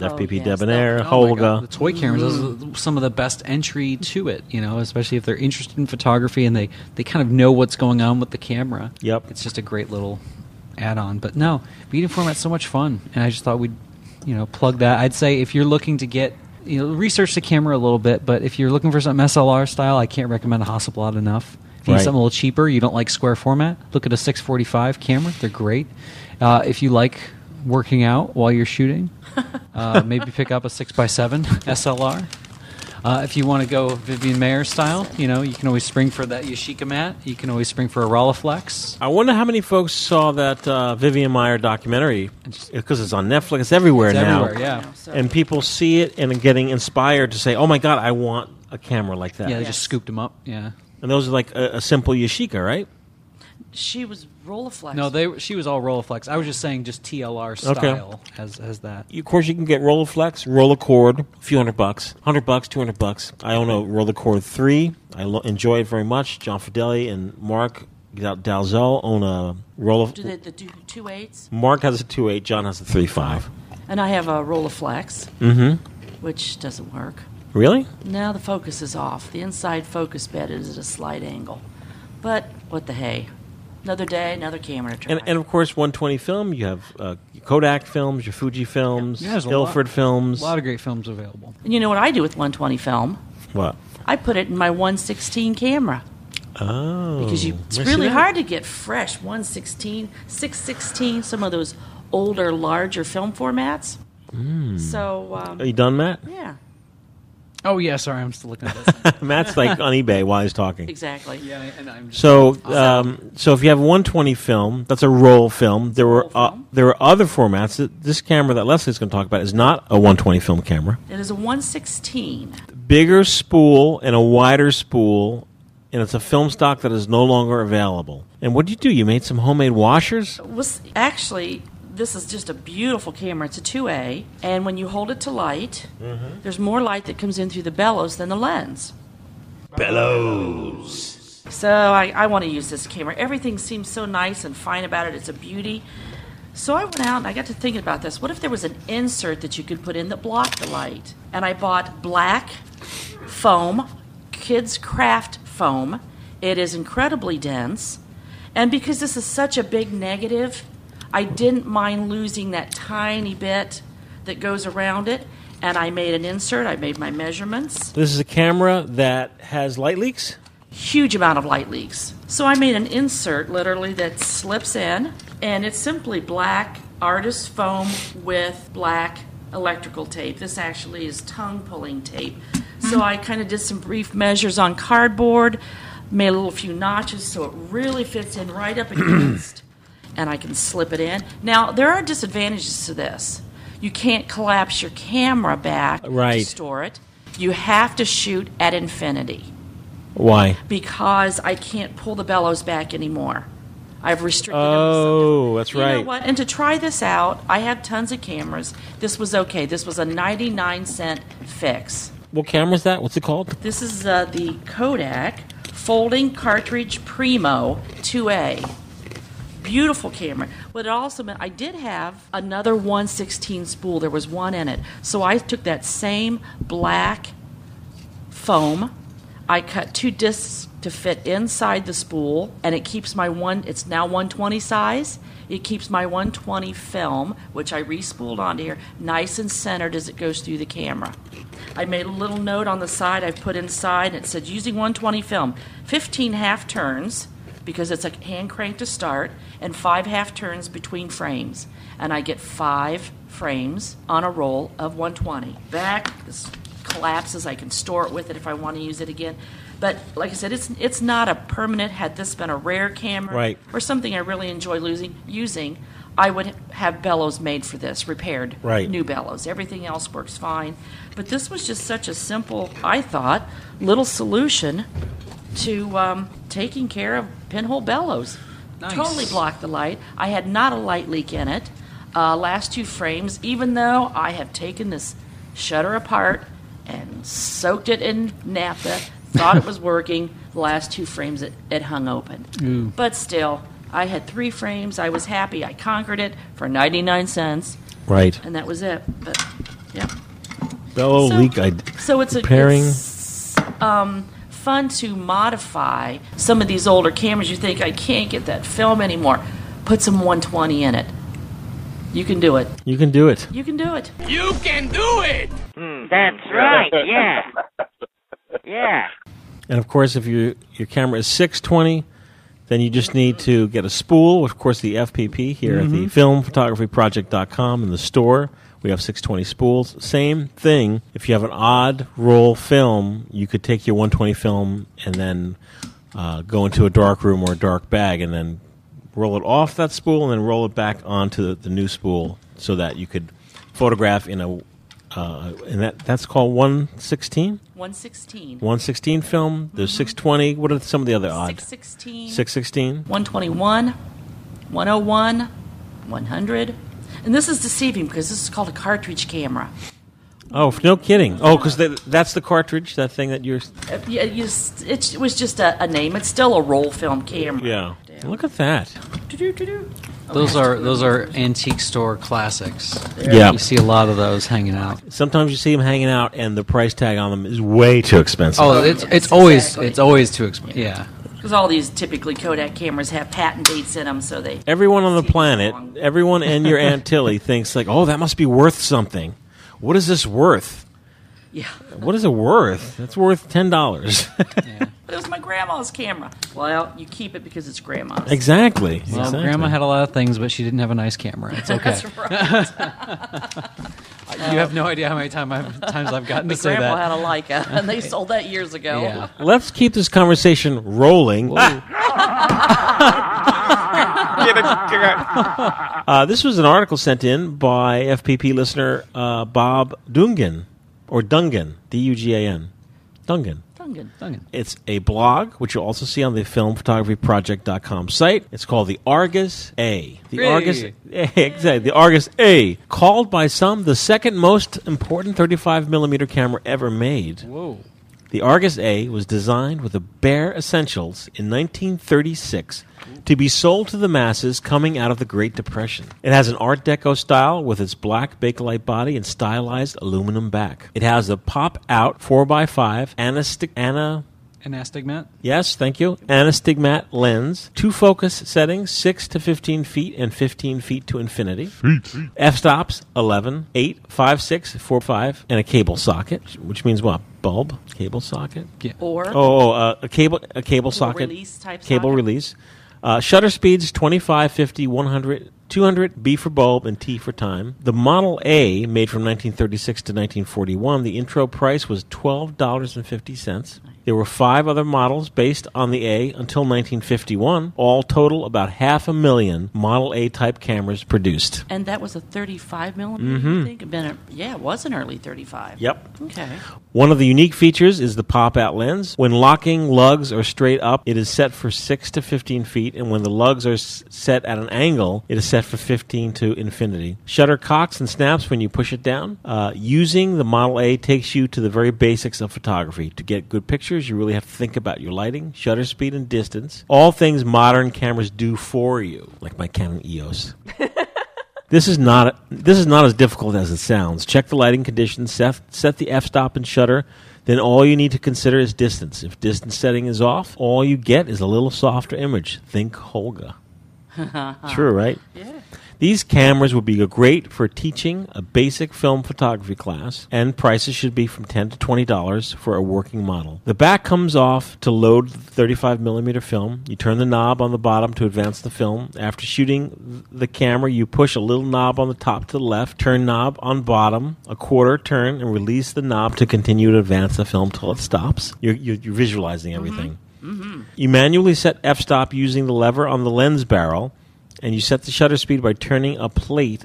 Speaker 2: Oh,
Speaker 1: FPP
Speaker 2: yes,
Speaker 1: Debonair,
Speaker 2: Oh my God,
Speaker 1: Holga.
Speaker 2: the toy cameras.
Speaker 4: Mm-hmm.
Speaker 2: Those are some of the best entry to it. You know, especially if they're interested in photography and they they kind of know what's going on with the camera.
Speaker 1: Yep,
Speaker 2: it's just a great little add-on. But no, medium format's so much fun, and I just thought we'd you know plug that. I'd say if you're looking to get you know research the camera a little bit, but if you're looking for something SLR style, I can't recommend a Hasselblad enough. If you need
Speaker 1: Right.
Speaker 2: something a little cheaper, you don't like square format, look at a 645 camera. They're great. Uh, if you like working out while you're shooting, uh, maybe pick up a 6x7 SLR. Uh, if you want to go Vivian Mayer style, you know, you can always spring for that Yashica mat. You can always spring for a Rolleiflex.
Speaker 1: I wonder how many folks saw that uh, Vivian Meyer documentary because it's on Netflix. It's everywhere
Speaker 2: It's
Speaker 1: now.
Speaker 2: everywhere, yeah.
Speaker 1: And people see it and are getting inspired to say, "Oh my God, I want a camera like that."
Speaker 2: Oh, Yeah, they just scooped them up. Yeah.
Speaker 1: And those are like a, a simple Yashica, right?
Speaker 4: She was Rolleiflex.
Speaker 2: No, they. She was all Rolleiflex. I was just saying, just TLR style as as that.
Speaker 1: You- Of course, you can get Rolleiflex, Rollercord, a few hundred bucks, hundred bucks, two hundred bucks. I own a Rollercord three. I lo- enjoy it very much. John Fideli and Mark Dal- Dalzell own a Roller.
Speaker 4: Do they, the two, two eights?
Speaker 1: Mark has a two eight. John has a three five.
Speaker 4: And I have a Rolleiflex,
Speaker 1: Mm-hmm.
Speaker 4: which doesn't work.
Speaker 1: Really?
Speaker 4: Now the focus is off. The inside focus bed is at a slight angle. But what the hey. Another day, another camera to try.
Speaker 1: And, and of course, 120 film. You have uh, your Kodak films, your Fuji films,
Speaker 4: Yeah, there's a
Speaker 1: Ilford
Speaker 4: lot-
Speaker 1: films.
Speaker 2: A lot of great films available.
Speaker 4: And you know what I do with 120 film?
Speaker 1: What?
Speaker 4: I put it in my 116 camera.
Speaker 1: Oh,
Speaker 4: Because you, it's
Speaker 1: I see
Speaker 4: really
Speaker 1: that.
Speaker 4: hard to get fresh 116, 616, some of those older, larger film formats.
Speaker 1: Mm.
Speaker 4: So, um,
Speaker 1: are you done, Matt?
Speaker 4: Yeah.
Speaker 2: Oh yeah, sorry, I'm still looking at this.
Speaker 1: Matt's like on eBay while he's talking.
Speaker 4: Exactly.
Speaker 2: Yeah, and I'm just
Speaker 1: So, um, so if you have a 120 film, that's a roll film. There were uh, there were other formats. Th- This camera that Leslie's going to talk about is not a 120 film camera.
Speaker 4: it is a 116.
Speaker 1: Bigger spool and a wider spool, and it's a film stock that is no longer available. And what did you do? You made some homemade washers.
Speaker 4: was actually this is just a beautiful camera. It's a 2A, and when you hold it to light, there's more light that comes in through the bellows than the lens.
Speaker 1: Bellows.
Speaker 4: So I, I want to use this camera. Everything seems so nice and fine about it. It's a beauty. So I went out and I got to thinking about this. What if there was an insert that you could put in that blocked the light? And I bought black foam, kids craft foam. It is incredibly dense. And because this is such a big negative, I didn't mind losing that tiny bit that goes around it, and I made an insert. I made my measurements.
Speaker 1: This is a camera that has light leaks.
Speaker 4: Huge amount of light leaks. So I made an insert literally that slips in, and it's simply black artist foam with black electrical tape. This actually is tongue pulling tape. So I kind of did some brief measures on cardboard, made a little few notches so it really fits in right up against, and I can slip it in. Now, there are disadvantages to this. You can't collapse your camera back
Speaker 1: Right.
Speaker 4: to store it. You have to shoot at infinity
Speaker 1: Why?
Speaker 4: because I can't pull the bellows back anymore. I've restricted them to
Speaker 1: Oh, that's
Speaker 4: you know
Speaker 1: right.
Speaker 4: what? And to try this out, I have tons of cameras. This was okay. This was a 99 cent fix.
Speaker 1: What camera's that? What's it called?
Speaker 4: This is uh, the Kodak Folding Cartridge Primo 2A. Beautiful camera. But it also meant I did have another 116 spool. There was one in it. So I took that same black foam. I cut two discs to fit inside the spool, and it keeps my one. It's now 120 size. It keeps my 120 film, which I respooled onto here, nice and centered as it goes through the camera. I made a little note on the side. I put inside. and It said using 120 film, 15 half turns because it's a hand crank to start, and five half turns between frames, and I get five frames on a roll of 120. Back this collapses. I can store it with it if I want to use it again. But like I said, it's it's not a permanent. Had this been a rare camera
Speaker 1: Right.
Speaker 4: or something I really enjoy losing using, I would have bellows made for this, repaired,
Speaker 1: Right.
Speaker 4: new bellows. Everything else works fine. But this was just such a simple, I thought, little solution to um, taking care of pinhole bellows.
Speaker 2: Nice.
Speaker 4: Totally blocked the light. I had not a light leak in it. Uh, last two frames, even though I have taken this shutter apart and soaked it in naphtha, thought it was working. The last two frames, it, it hung open.
Speaker 2: Ooh.
Speaker 4: But still, I had three frames. I was happy. I conquered it for 99 cents,
Speaker 1: Right.
Speaker 4: and that was it. But yeah.
Speaker 1: Bellow
Speaker 4: So-
Speaker 1: leak. I
Speaker 4: So it's a
Speaker 1: repairing.
Speaker 4: it's, um, fun to modify some of these older cameras. You think I can't get that film anymore? Put some 120 in it. You can do it.
Speaker 1: you can do it.
Speaker 4: You can do it.
Speaker 5: You can do it!
Speaker 3: That's right, yeah. Yeah.
Speaker 1: And of course, if your your camera is 620, then you just need to get a spool. Of course, the FPP here at the
Speaker 11: Mhm.
Speaker 1: filmphotographyproject.com in the store. We have 620 spools. Same thing. If you have an odd roll film, you could take your 120 film and then uh, go into a dark room or a dark bag and then roll it off that spool and then roll it back onto the, the new spool so that you could photograph in a uh, and that that's called 116
Speaker 4: 116.
Speaker 1: 116 film.
Speaker 2: Mm-hmm.
Speaker 1: There's 620. What are some of the other odds?
Speaker 4: 616.
Speaker 1: 616.
Speaker 4: 121, 101, 100. And this is deceiving because this is called a cartridge camera.
Speaker 1: Oh, f- no kidding. Oh, because that's the cartridge, that thing that you're.
Speaker 4: Uh, yeah, you s- It was just a, a name. It's still a roll film camera.
Speaker 1: Yeah. Look at that.
Speaker 4: Do-do-do-do.
Speaker 2: Those are those are antique store classics.
Speaker 1: Yeah.
Speaker 2: you see a lot of those hanging out.
Speaker 1: Sometimes you see them hanging out, and the price tag on them is way too expensive.
Speaker 2: Oh, it's it's always it's always too expensive. Yeah,
Speaker 4: Because all these typically Kodak cameras have patent dates in them, so they.
Speaker 1: Everyone on the planet, everyone and your Aunt Tilly thinks, like, oh, that must be worth something. What is this worth?
Speaker 4: Yeah.
Speaker 1: What is it worth? That's worth $10.
Speaker 4: But it was my grandma's camera. Well, you keep it because it's grandma's.
Speaker 1: exactly.
Speaker 2: Well,
Speaker 1: exactly.
Speaker 2: Grandma had a lot of things, but she didn't have a nice camera. It's okay.
Speaker 4: That's right.
Speaker 2: you have no idea how many time I've, times I've gotten
Speaker 4: My
Speaker 2: to say
Speaker 4: grandma
Speaker 2: that.
Speaker 4: had a Leica, and they sold that years ago.
Speaker 2: Yeah.
Speaker 1: Let's keep this conversation rolling.
Speaker 5: Get it, get
Speaker 1: Uh, this was an article sent in by FPP listener uh, Bob Dungan, or Dungan, D U G A N. Dungan.
Speaker 4: Dungan.
Speaker 1: It's a blog, which you'll also see on the filmphotographyproject.com site. It's called the Argus A. The
Speaker 2: Hooray.
Speaker 1: Argus exactly. The Argus A, called by some the second most important 35 millimeter camera ever made.
Speaker 2: Whoa.
Speaker 1: The Argus A was designed with the bare essentials in 1936 to be sold to the masses coming out of the Great Depression. It has an Art Deco style with its black Bakelite body and stylized aluminum back. It has a pop out 4x5 anastic- ana-
Speaker 2: An astigmat?
Speaker 1: Yes, thank you. Anastigmat lens. Two focus settings 6 to 15 feet and 15 feet to infinity. F stops 11, 8, 5, 6, 4, 5, and a cable socket, which means what? Bulb? Cable socket?
Speaker 2: Yeah.
Speaker 4: Or-
Speaker 1: Oh, oh, uh, a cable, a cable socket.
Speaker 4: release type
Speaker 1: Cable
Speaker 4: socket.
Speaker 1: release. Uh, shutter speeds 25, 50, 100, 200, B for bulb, and T for time. The Model A, made from 1936 to 1941, the intro price was $12.50. There were five other models based on the A until 1951. All total, about half a million Model A type cameras produced.
Speaker 4: And that was a 35 millimeter,
Speaker 1: Mhm.
Speaker 4: I think. Been a, yeah, it was an early 35.
Speaker 1: Yep.
Speaker 4: Okay.
Speaker 1: One of the unique features is the pop out lens. When locking lugs are straight up, it is set for 6 to 15 feet, and when the lugs are s- set at an angle, it is set for 15 to infinity. Shutter cocks and snaps when you push it down. Uh, using the Model A takes you to the very basics of photography. To get good pictures, you really have to think about your lighting, shutter speed, and distance. All things modern cameras do for you, like my Canon E EOS. This is not this is not as difficult as it sounds. Check the lighting conditions, set, set the f-stop and shutter. Then all you need to consider is distance. If distance setting is off, all you get is a little softer image. Think Holga. True, right? Yeah. These cameras would be great for teaching a basic film photography class, and prices should be from ten to twenty dollars for a working model. The back comes off to load the thirty-five millimeter film. You turn the knob on the bottom to advance the film. After shooting th- the camera, you push a little knob on the top to the left, turn knob on bottom, a quarter turn, and release the knob to continue to advance the film till it stops. You're, you're, you're visualizing everything. You manually set f stop using the lever on the lens barrel, and you set the shutter speed by turning a plate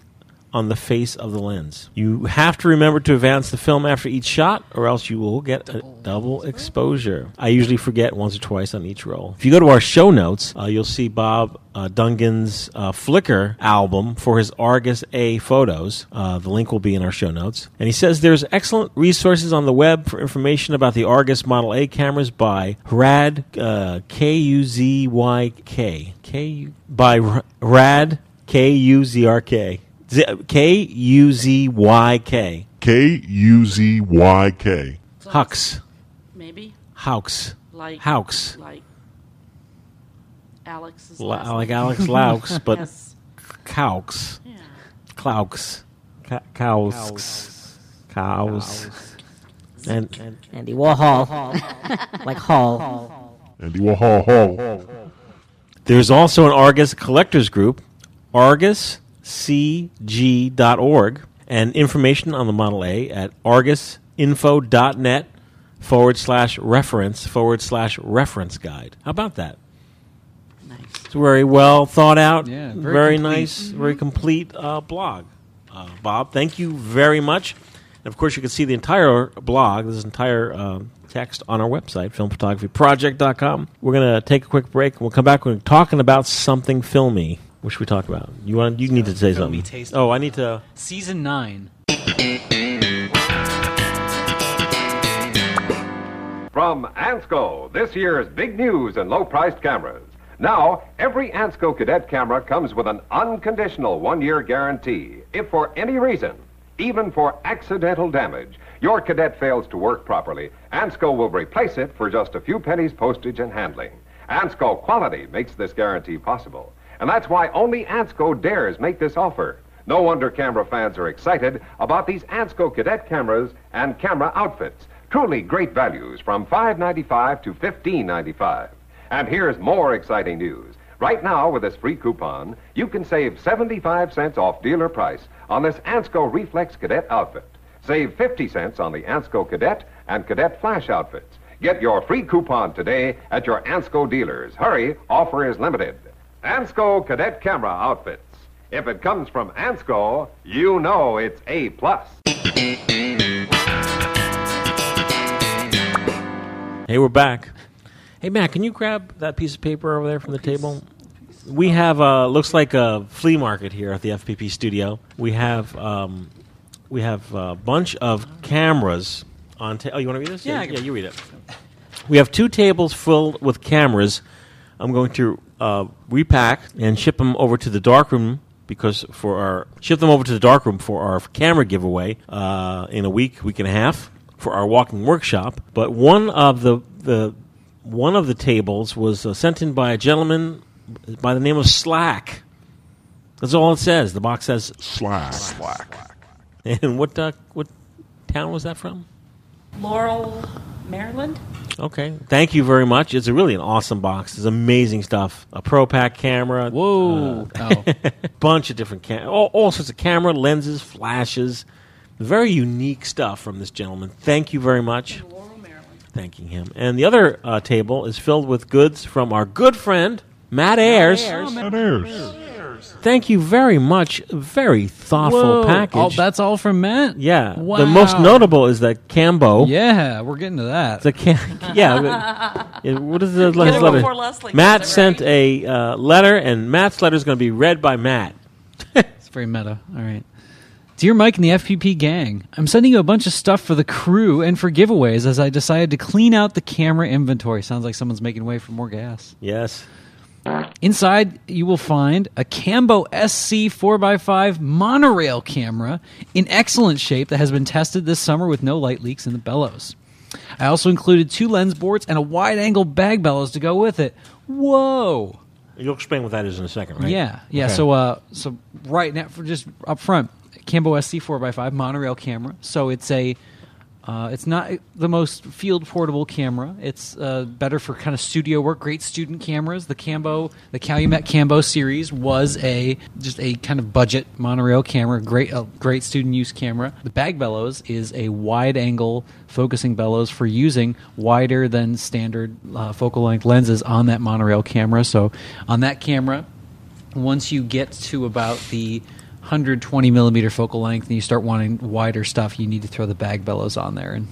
Speaker 1: on the face of the lens. You have to remember to advance the film after each shot, or else you will get a double exposure. I usually forget once or twice on each roll. If you go to our show notes, uh, you'll see Bob uh, Dungan's uh, Flickr album for his Argus A photos. Uh, the link will be in our show notes. And he says there's excellent resources on the web for information about the Argus Model A cameras by Rad uh, K U Z Y K K U by R- Rad K U Z R K K U Z Y K
Speaker 10: K U Z Y K.
Speaker 1: Hux
Speaker 4: Maybe
Speaker 1: Haux
Speaker 4: like
Speaker 1: Haux
Speaker 4: like Alex's last
Speaker 1: La-
Speaker 4: name.
Speaker 1: like Alex Laux, but
Speaker 4: Yes.
Speaker 1: Caux. Claux. Ca- Cows. Cows. And, and
Speaker 11: Andy Warhol. like Hall.
Speaker 10: Andy Warhol. Hall.
Speaker 1: There's also an Argus collectors group, arguscg.org, and information on the Model A at argusinfo.net forward slash reference forward slash reference guide. How about that? It's very well thought out,
Speaker 2: Yeah,
Speaker 1: very,
Speaker 2: very complete.
Speaker 1: nice, very complete uh, blog. Uh, Bob, thank you very much. And of course, you can see the entire blog, this entire um text on our website, filmphotographyproject.com. We're going to take a quick break and we'll come back. We're talking about something filmy. What should we talk about? You want? You need to say something. Oh, I need to.
Speaker 2: Season 9.
Speaker 12: From Ansco, this year's big news in low priced cameras. Now, every Ansco cadet camera comes with an unconditional one year guarantee. If for any reason, even for accidental damage, your cadet fails to work properly, Ansco will replace it for just a few pennies postage and handling. Ansco quality makes this guarantee possible. And that's why only Ansco dares make this offer. No wonder camera fans are excited about these Ansco cadet cameras and camera outfits. Truly great values from $5.95 to $15.95. And here's more exciting news. Right now, with this free coupon, you can save 75 cents off dealer price on this Ansco Reflex Cadet outfit. Save 50 cents on the Ansco Cadet and Cadet Flash outfits. Get your free coupon today at your Ansco dealers. Hurry, offer is limited. Ansco Cadet Camera Outfits. If it comes from Ansco, you know it's A. plus.
Speaker 1: Hey, we're back. Hey, Matt, can you grab that piece of paper over there from the table? We have uh, looks like a flea market here at the FPP studio. We have um, we have a bunch of cameras on. Ta- oh, you want to read this?
Speaker 2: Yeah, I can-
Speaker 1: yeah, you read it. We have two tables filled with cameras. I'm going to uh, repack and ship them over to the darkroom because for our ship them over to the darkroom for our camera giveaway uh, in a week, week and a half for our walking workshop. But one of the the one of the tables was uh, sent in by a gentleman by the name of Slack. That's all it says. The box says Slack. Slack. And what uh, what town was that from?
Speaker 4: Laurel, Maryland.
Speaker 1: Okay. Thank you very much. It's a really an awesome box. It's amazing stuff. A Pro Pack camera. Whoa.
Speaker 2: Uh, oh.
Speaker 1: bunch of different cam- all, all sorts of camera lenses, flashes. Very unique stuff from this gentleman. Thank you very much. Thanking him. And the other uh, table is filled with goods from our good friend Matt Ayers.
Speaker 10: Matt Ayers.
Speaker 1: Thank you very much. Very thoughtful
Speaker 2: Whoa.
Speaker 1: package.
Speaker 2: All- that's all from Matt.
Speaker 1: yeah.
Speaker 2: Wow.
Speaker 1: The most notable is that Cambo.
Speaker 2: Yeah, we're getting to that.
Speaker 1: The cam- yeah. but- yeah, What is the
Speaker 2: Get
Speaker 1: his
Speaker 2: it
Speaker 1: letter?
Speaker 2: before Leslie
Speaker 1: Matt sent a uh, letter, and Matt's letter is going to be read by Matt.
Speaker 2: It's very meta. All right. Dear Mike and the FPP gang, I'm sending you a bunch of stuff for the crew and for giveaways as I decided to clean out the camera inventory. Sounds like someone's making way for more gas.
Speaker 1: Yes.
Speaker 2: Inside, you will find a Cambo SC 4x5 monorail camera in excellent shape that has been tested this summer with no light leaks in the bellows. I also included two lens boards and a wide angle bag bellows to go with it. Whoa!
Speaker 1: You'll explain what that is in a second, right?
Speaker 2: Yeah, yeah.
Speaker 1: Okay.
Speaker 2: So, uh, so right now, for just up front, Cambo SC four x five monorail camera. So it's a, uh, it's not the most field portable camera. It's uh, better for kind of studio work. Great student cameras. The Cambo, the Calumet Cambo series was a just a kind of budget monorail camera. Great, uh, great student use camera. The bag bellows is a wide angle focusing bellows for using wider than standard uh, focal length lenses on that monorail camera. So on that camera once you get to about the 120 millimeter focal length and you start wanting wider stuff, you need to throw the bag bellows on there and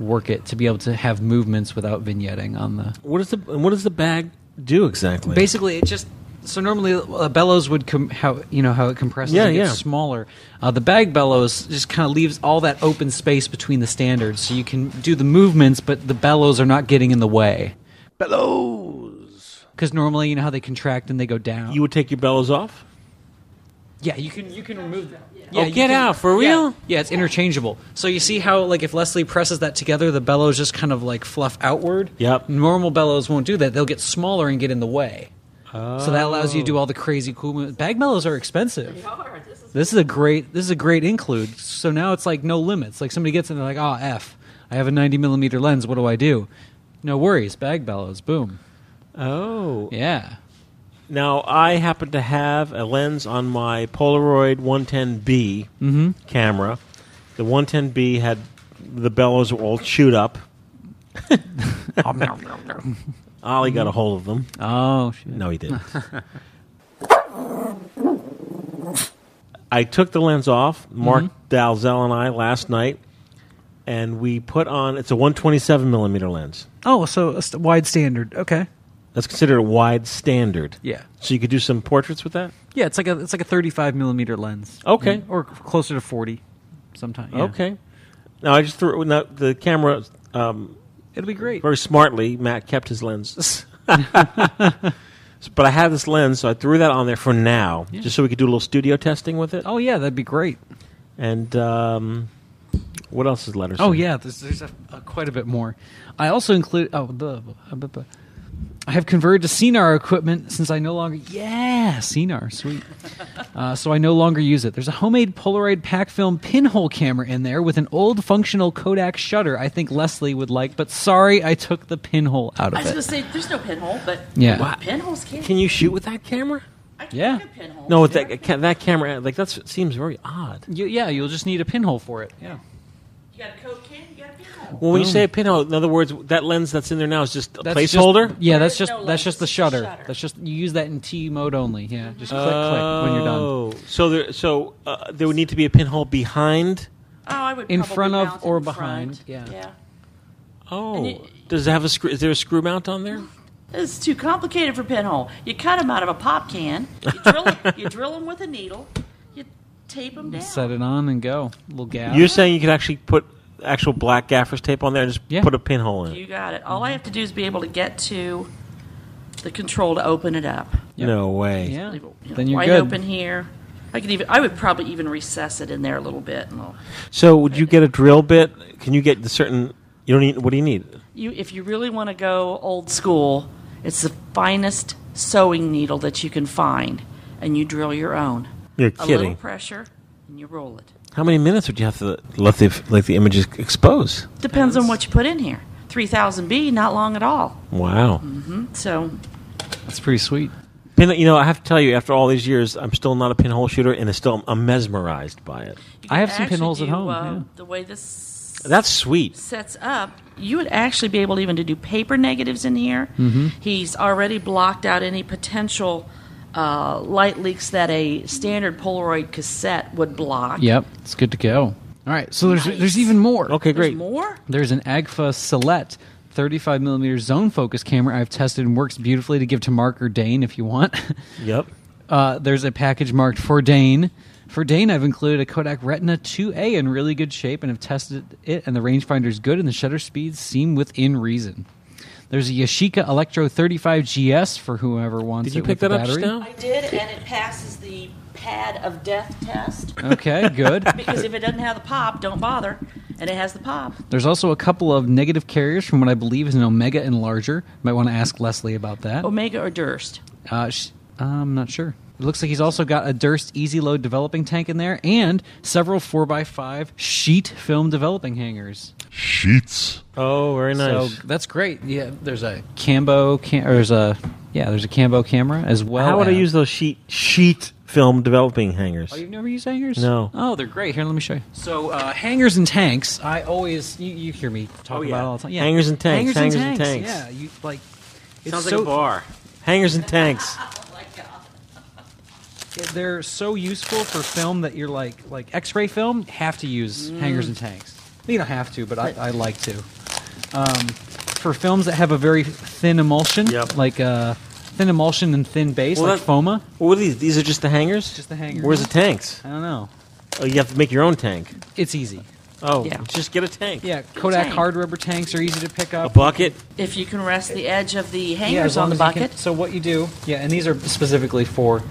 Speaker 2: work it to be able to have movements without vignetting on the.
Speaker 1: What is the what does the bag do exactly?
Speaker 2: Basically, it just so normally uh, bellows would com- how you know how it compresses
Speaker 1: Yeah,
Speaker 2: and gets
Speaker 1: yeah.
Speaker 2: smaller. Uh, the bag bellows just kind of leaves all that open space between the standards, so you can do the movements, but the bellows are not getting in the way. Bellows. Because normally, you know how they contract and they go down.
Speaker 1: You would take your bellows off.
Speaker 2: Yeah, you can you can remove that.
Speaker 1: Oh,
Speaker 2: you
Speaker 1: get
Speaker 2: can-
Speaker 1: out, for
Speaker 2: yeah.
Speaker 1: real?
Speaker 2: Yeah, it's interchangeable. So you see how like if Leslie presses that together, the bellows just kind of like fluff outward.
Speaker 1: Yep.
Speaker 2: Normal bellows won't do that. They'll get smaller and get in the way. So that allows you to do
Speaker 1: Oh.
Speaker 2: all the crazy cool moves. Bag bellows are expensive. This is, a great this is a great include. So now it's like no limits. Like somebody gets in, they're like, oh f, I have a 90 millimeter lens. What do I do? No worries. Bag bellows. Boom.
Speaker 1: Oh.
Speaker 2: Yeah.
Speaker 1: Now I happen to have a lens on my Polaroid 110B
Speaker 2: Mhm.
Speaker 1: camera. The 110B had the bellows were all chewed up. Ollie got a hold of them.
Speaker 2: Oh shit!
Speaker 1: No, he didn't. I took the lens off. Mark
Speaker 2: Mm-hmm.
Speaker 1: Dalzell and I last night, and we put on. It's a 127 millimeter lens.
Speaker 2: Oh, so a st- wide standard. Okay.
Speaker 1: That's considered a wide standard.
Speaker 2: Yeah.
Speaker 1: So you could do some portraits with that.
Speaker 2: Yeah, it's like a it's like a 35 millimeter lens.
Speaker 1: Okay.
Speaker 2: Mm, or closer to 40 sometimes.
Speaker 1: Okay. Now I just threw now the camera. Um,
Speaker 2: It'll be great.
Speaker 1: Very smartly, Matt kept his lenses. but I had this lens, so I threw that on there for now,
Speaker 2: Yeah.
Speaker 1: just so we could do a little studio testing with it.
Speaker 2: Oh yeah, that'd be great.
Speaker 1: And um, what else is letters?
Speaker 2: Oh yeah, there's, there's a, a, quite a bit more. I also include oh the uh, bu- bu- I have converted to CNR equipment since I no longer yeah CNR sweet. Uh, so I no longer use it. There's a homemade Polaroid pack film pinhole camera in there with an old functional Kodak shutter. I think Leslie would like, but sorry, I took the pinhole out of
Speaker 4: I was
Speaker 2: it.
Speaker 4: going to say, there's no pinhole, but
Speaker 2: Yeah.
Speaker 4: Wow. pinholes can.
Speaker 1: Can you shoot with that camera?
Speaker 2: yeah.
Speaker 1: No, with that ca- that camera, like that seems very odd.
Speaker 2: You, yeah, you'll just need a pinhole for it. Yeah.
Speaker 4: You got a Coke can. You got a pinhole.
Speaker 1: Well, when you
Speaker 2: Boom.
Speaker 1: say a pinhole, in other words, that lens that's in there now is just a
Speaker 2: That's just-
Speaker 1: placeholder.
Speaker 2: yeah, that's just that's just the shutter. That's just you use that in T mode only. Yeah, just click click when you're done.
Speaker 1: Oh, so there, so uh, there would need to be a pinhole behind.
Speaker 4: Oh, I would
Speaker 2: In
Speaker 4: probably
Speaker 2: front of
Speaker 4: mount it
Speaker 2: or
Speaker 4: in front.
Speaker 2: behind, yeah.
Speaker 4: Yeah.
Speaker 1: Oh,
Speaker 4: And you-
Speaker 1: does it have a screw? Is there a screw mount on there?
Speaker 4: It's too complicated for pinhole. You cut them out of a pop can. You drill, you drill them with a needle. You tape them down.
Speaker 2: Set it on and go. little gas.
Speaker 1: You're saying you could actually put actual black gaffer's tape on there and just put a pinhole in it.
Speaker 4: You got it.
Speaker 2: Mm-hmm.
Speaker 4: All I have to do is be able to get to the control to open it up.
Speaker 1: No way.
Speaker 2: Yeah.
Speaker 4: Leave it, you know,
Speaker 2: Then you're
Speaker 4: wide
Speaker 2: good.
Speaker 4: open here. I could even. I would probably even recess it in there a little bit. And I'll-
Speaker 1: So would you get a drill bit? Can you get the certain You don't need. What do you need?
Speaker 4: You, if you really want to go old school, it's the finest sewing needle that you can find, and you drill your own.
Speaker 1: You're
Speaker 4: A little
Speaker 1: kidding.
Speaker 4: pressure, and you roll it.
Speaker 1: How many minutes would you have to let the let the images expose?
Speaker 4: Depends on what you put in here. 3000B, not long at all.
Speaker 1: Wow,
Speaker 4: hmm So
Speaker 1: that's pretty sweet. Pin, you know, I have to tell you, after all these years, I'm still not a pinhole shooter, and I'm still I'm mesmerized by it.
Speaker 2: I have some
Speaker 4: actually
Speaker 2: pinholes at
Speaker 4: do,
Speaker 2: home.
Speaker 4: uh,
Speaker 2: yeah.
Speaker 4: The way this
Speaker 1: That's sweet.
Speaker 4: sets up, you would actually be able to even to do paper negatives in here.
Speaker 2: Mm-hmm.
Speaker 1: Mhm.
Speaker 4: He's already blocked out any potential uh, light leaks that a standard Polaroid cassette would block.
Speaker 2: Yep, it's good to go. All right, so there's there's even more. Okay,
Speaker 4: There's great. more?
Speaker 2: There's an Agfa Select 35 millimeter zone focus camera I've tested and works beautifully to give to Mark or Dane if you want.
Speaker 1: Yep.
Speaker 2: Uh, there's a package marked for Dane. For Dane, I've included a Kodak Retina 2A in really good shape and have tested it, and the rangefinder's good, and the shutter speeds seem within reason. There's a Yashica Electro 35GS for whoever wants
Speaker 1: Did you
Speaker 2: it
Speaker 1: pick
Speaker 2: with
Speaker 1: that
Speaker 2: the
Speaker 1: up just
Speaker 2: battery.
Speaker 1: now?
Speaker 4: I did, and it passes the pad of death test.
Speaker 2: Okay, good.
Speaker 4: because if it doesn't have the pop, don't bother. And it has the pop.
Speaker 2: There's also a couple of negative carriers from what I believe is an Omega and larger. Might want to ask Leslie about that.
Speaker 4: Omega or Durst?
Speaker 2: Uh, sh- I'm not sure. It looks like he's also got a Durst Easy Load developing tank in there and several 4x5 sheet film developing hangers.
Speaker 10: Sheets.
Speaker 1: Oh, very nice.
Speaker 2: So that's great. Yeah, there's a Cambo, cam- or there's a yeah, there's a Cambo camera as well.
Speaker 1: How would I
Speaker 2: as-
Speaker 1: use those sheet sheet film developing hangers?
Speaker 2: Oh, you've never used hangers?
Speaker 1: No.
Speaker 2: Oh, they're great. Here, let me show you. So, uh, hangers and tanks. I always you, you hear me talk
Speaker 1: Oh,
Speaker 2: about
Speaker 1: yeah.
Speaker 2: it all the time. Yeah.
Speaker 1: Hangers and tanks,
Speaker 2: Hangers,
Speaker 1: hangers
Speaker 2: and,
Speaker 1: and
Speaker 2: tanks.
Speaker 1: tanks.
Speaker 2: Yeah, you like. It's
Speaker 1: Sounds
Speaker 2: so,
Speaker 1: like a bar. Hangers and tanks.
Speaker 2: They're so useful for film that you're like like X-ray film. Have to use hangers and tanks. You don't have to, but I, I like to. Um, for films that have a very thin emulsion, like uh, thin emulsion and thin base,
Speaker 1: Well,
Speaker 2: like
Speaker 1: that-
Speaker 2: FOMA.
Speaker 1: What are these? These are just the hangers. Just
Speaker 2: the hangers.
Speaker 1: Where's the tanks?
Speaker 2: I don't know.
Speaker 1: Oh, you have to make your own tank.
Speaker 2: It's easy.
Speaker 1: Oh,
Speaker 4: Yeah.
Speaker 1: just get a tank.
Speaker 2: Yeah, Kodak
Speaker 4: tank.
Speaker 2: hard rubber tanks are easy to pick up.
Speaker 1: A bucket.
Speaker 4: If you can rest the edge of the
Speaker 2: Yeah,
Speaker 4: hangers
Speaker 2: as long
Speaker 4: on the
Speaker 2: as you
Speaker 4: bucket.
Speaker 2: can- so what you do, yeah, and these are specifically for,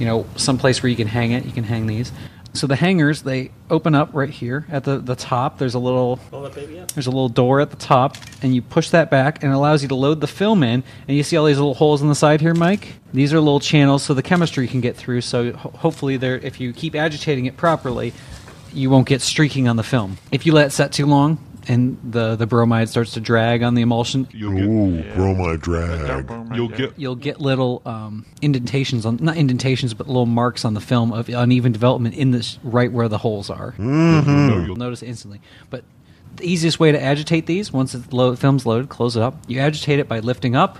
Speaker 2: you know, some place where you can hang it. You can hang these. So the hangers they open up right here at the the top. There's a little
Speaker 1: Pull that baby up.
Speaker 2: there's a little door at the top, and you push that back, and it allows you to load the film in. And you see all these little holes on the side here, Mike. These are little channels so the chemistry can get through. So ho- hopefully, there if you keep agitating it properly, you won't get streaking on the film. If you let it set too long. And the, the bromide starts to drag on the emulsion.
Speaker 10: Ooh, bromide drag.
Speaker 2: You'll get you'll get little um, indentations on not indentations, but little marks on the film of uneven development in this right where the holes are.
Speaker 10: Mhm. You'll-
Speaker 2: You'll notice it instantly. But the easiest way to agitate these once the lo- film's loaded, close it up. You agitate it by lifting up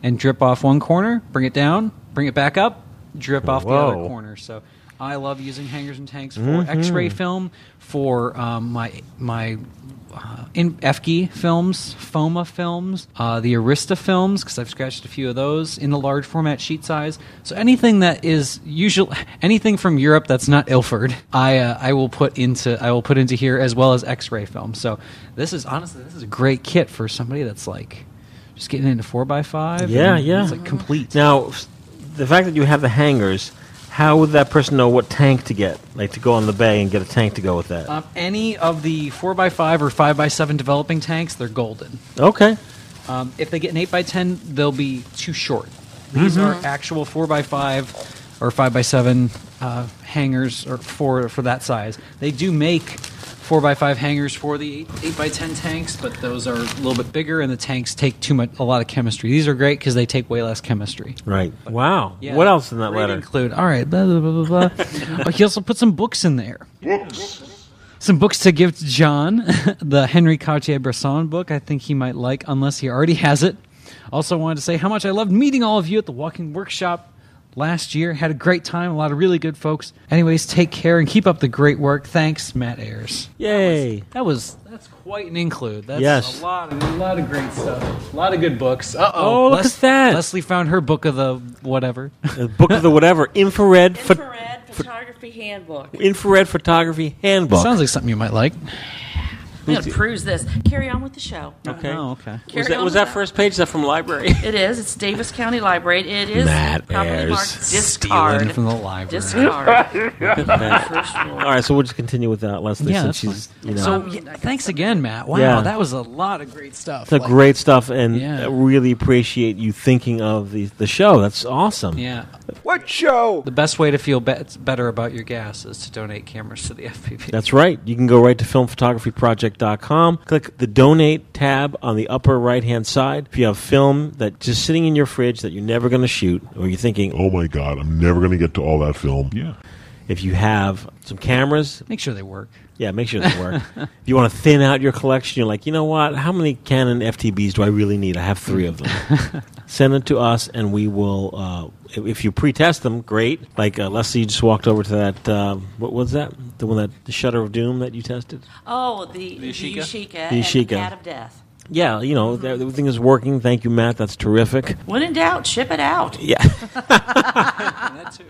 Speaker 2: and drip off one corner, bring it down, bring it back up, drip off the
Speaker 1: Whoa.
Speaker 2: other corner. So I love using hangers and tanks for
Speaker 1: Mhm.
Speaker 2: X-ray film, for um, my my uh, in FG films, FOMA films, uh, the Arista films, because I've scratched a few of those in the large format sheet size. So anything that is usual, anything from Europe that's not Ilford, I uh, I will put into I will put into here as well as X-ray film. So this is honestly this is a great kit for somebody that's like just getting into four x five.
Speaker 1: Yeah, yeah.
Speaker 2: It's like complete.
Speaker 1: Now, f- the fact that you have the hangers, how would that person know what tank to get? Like to go on the bay and get a tank to go with that?
Speaker 2: Um, any of the 4x5 or 5x7 developing tanks, they're golden.
Speaker 1: Okay.
Speaker 2: Um, if they get an 8x10, they'll be too short. These
Speaker 1: Mhm.
Speaker 2: are actual 4x5 or 5x7 uh, hangers or for, for that size. They do make 4x5 hangers for the 8, 8x10 tanks, but those are a little bit bigger, and the tanks take too much, a lot of chemistry. These are great because they take way less chemistry.
Speaker 1: Right. Wow.
Speaker 2: Yeah.
Speaker 1: what else in that
Speaker 2: Great
Speaker 1: letter?
Speaker 2: Include. All right. Blah, blah, blah, blah, blah. oh, he also put some books in there. some books to give to John. the Henry Cartier-Bresson book, I think he might like, unless he already has it. Also, wanted to say how much I loved meeting all of you at the Walking Workshop last year. Had a great time, a lot of really good folks. Anyways, take care and keep up the great work. Thanks, Matt Ayers.
Speaker 1: Yay.
Speaker 2: That was that's quite an include. That's
Speaker 1: Yes.
Speaker 2: a lot, of, a lot of great stuff. A lot of good books. Uh
Speaker 1: Oh, look at that.
Speaker 2: Leslie found her book of the whatever.
Speaker 1: The book of the whatever. Infrared. pho-
Speaker 4: Infrared photography handbook.
Speaker 1: infrared photography handbook.
Speaker 2: Sounds like something you might like.
Speaker 4: You know, it proves this. Carry on with the show.
Speaker 1: Okay.
Speaker 2: Oh, okay.
Speaker 4: Carry
Speaker 1: Was that,
Speaker 4: on
Speaker 1: was
Speaker 4: with
Speaker 1: that first page? Is that from library?
Speaker 4: It is. It's Davis County Library. It is
Speaker 1: Matt
Speaker 4: probably
Speaker 1: Ayers
Speaker 4: marked discard.
Speaker 1: stealing from the library.
Speaker 4: Discard. First
Speaker 1: All
Speaker 4: rule.
Speaker 1: right, so we'll just continue without Leslie
Speaker 2: Yeah,
Speaker 1: since
Speaker 2: that's
Speaker 1: she's
Speaker 2: fine.
Speaker 1: you know.
Speaker 2: So yeah, thanks again, Matt. Wow,
Speaker 1: Yeah.
Speaker 2: that was a lot of great stuff.
Speaker 1: It's a
Speaker 2: Like,
Speaker 1: great stuff, and
Speaker 2: Yeah.
Speaker 1: I really appreciate you thinking of the the show. That's awesome.
Speaker 2: Yeah.
Speaker 8: What show?
Speaker 2: The best way to feel be- better about your gas is to donate cameras to the FPP.
Speaker 1: That's right. You can go right to filmphotographyproject.com. Click the donate tab on the upper right hand side. If you have film that just sitting in your fridge that you're never going to shoot, or you're thinking,
Speaker 10: oh my God, I'm never going to get to all that film.
Speaker 1: Yeah. If you have some cameras,
Speaker 2: Make sure they work.
Speaker 1: yeah, make sure they work. if you want to thin out your collection, you're like, you know what? How many Canon FTBs do I really need? I have three of them. Send it to us, and we will. Uh, if- if you pre-test them, great. Like uh, Leslie just walked over to that. Uh, what was that? The one that the Shutter of Doom that you tested.
Speaker 4: Oh, the, the Ushika,
Speaker 1: The
Speaker 4: and the
Speaker 1: Ushika.
Speaker 4: Cat of Death.
Speaker 1: Yeah, you know,
Speaker 2: Mm-hmm.
Speaker 1: th- everything is working. Thank you, Matt. That's terrific.
Speaker 4: When in doubt, ship it out.
Speaker 1: Yeah.
Speaker 2: That too.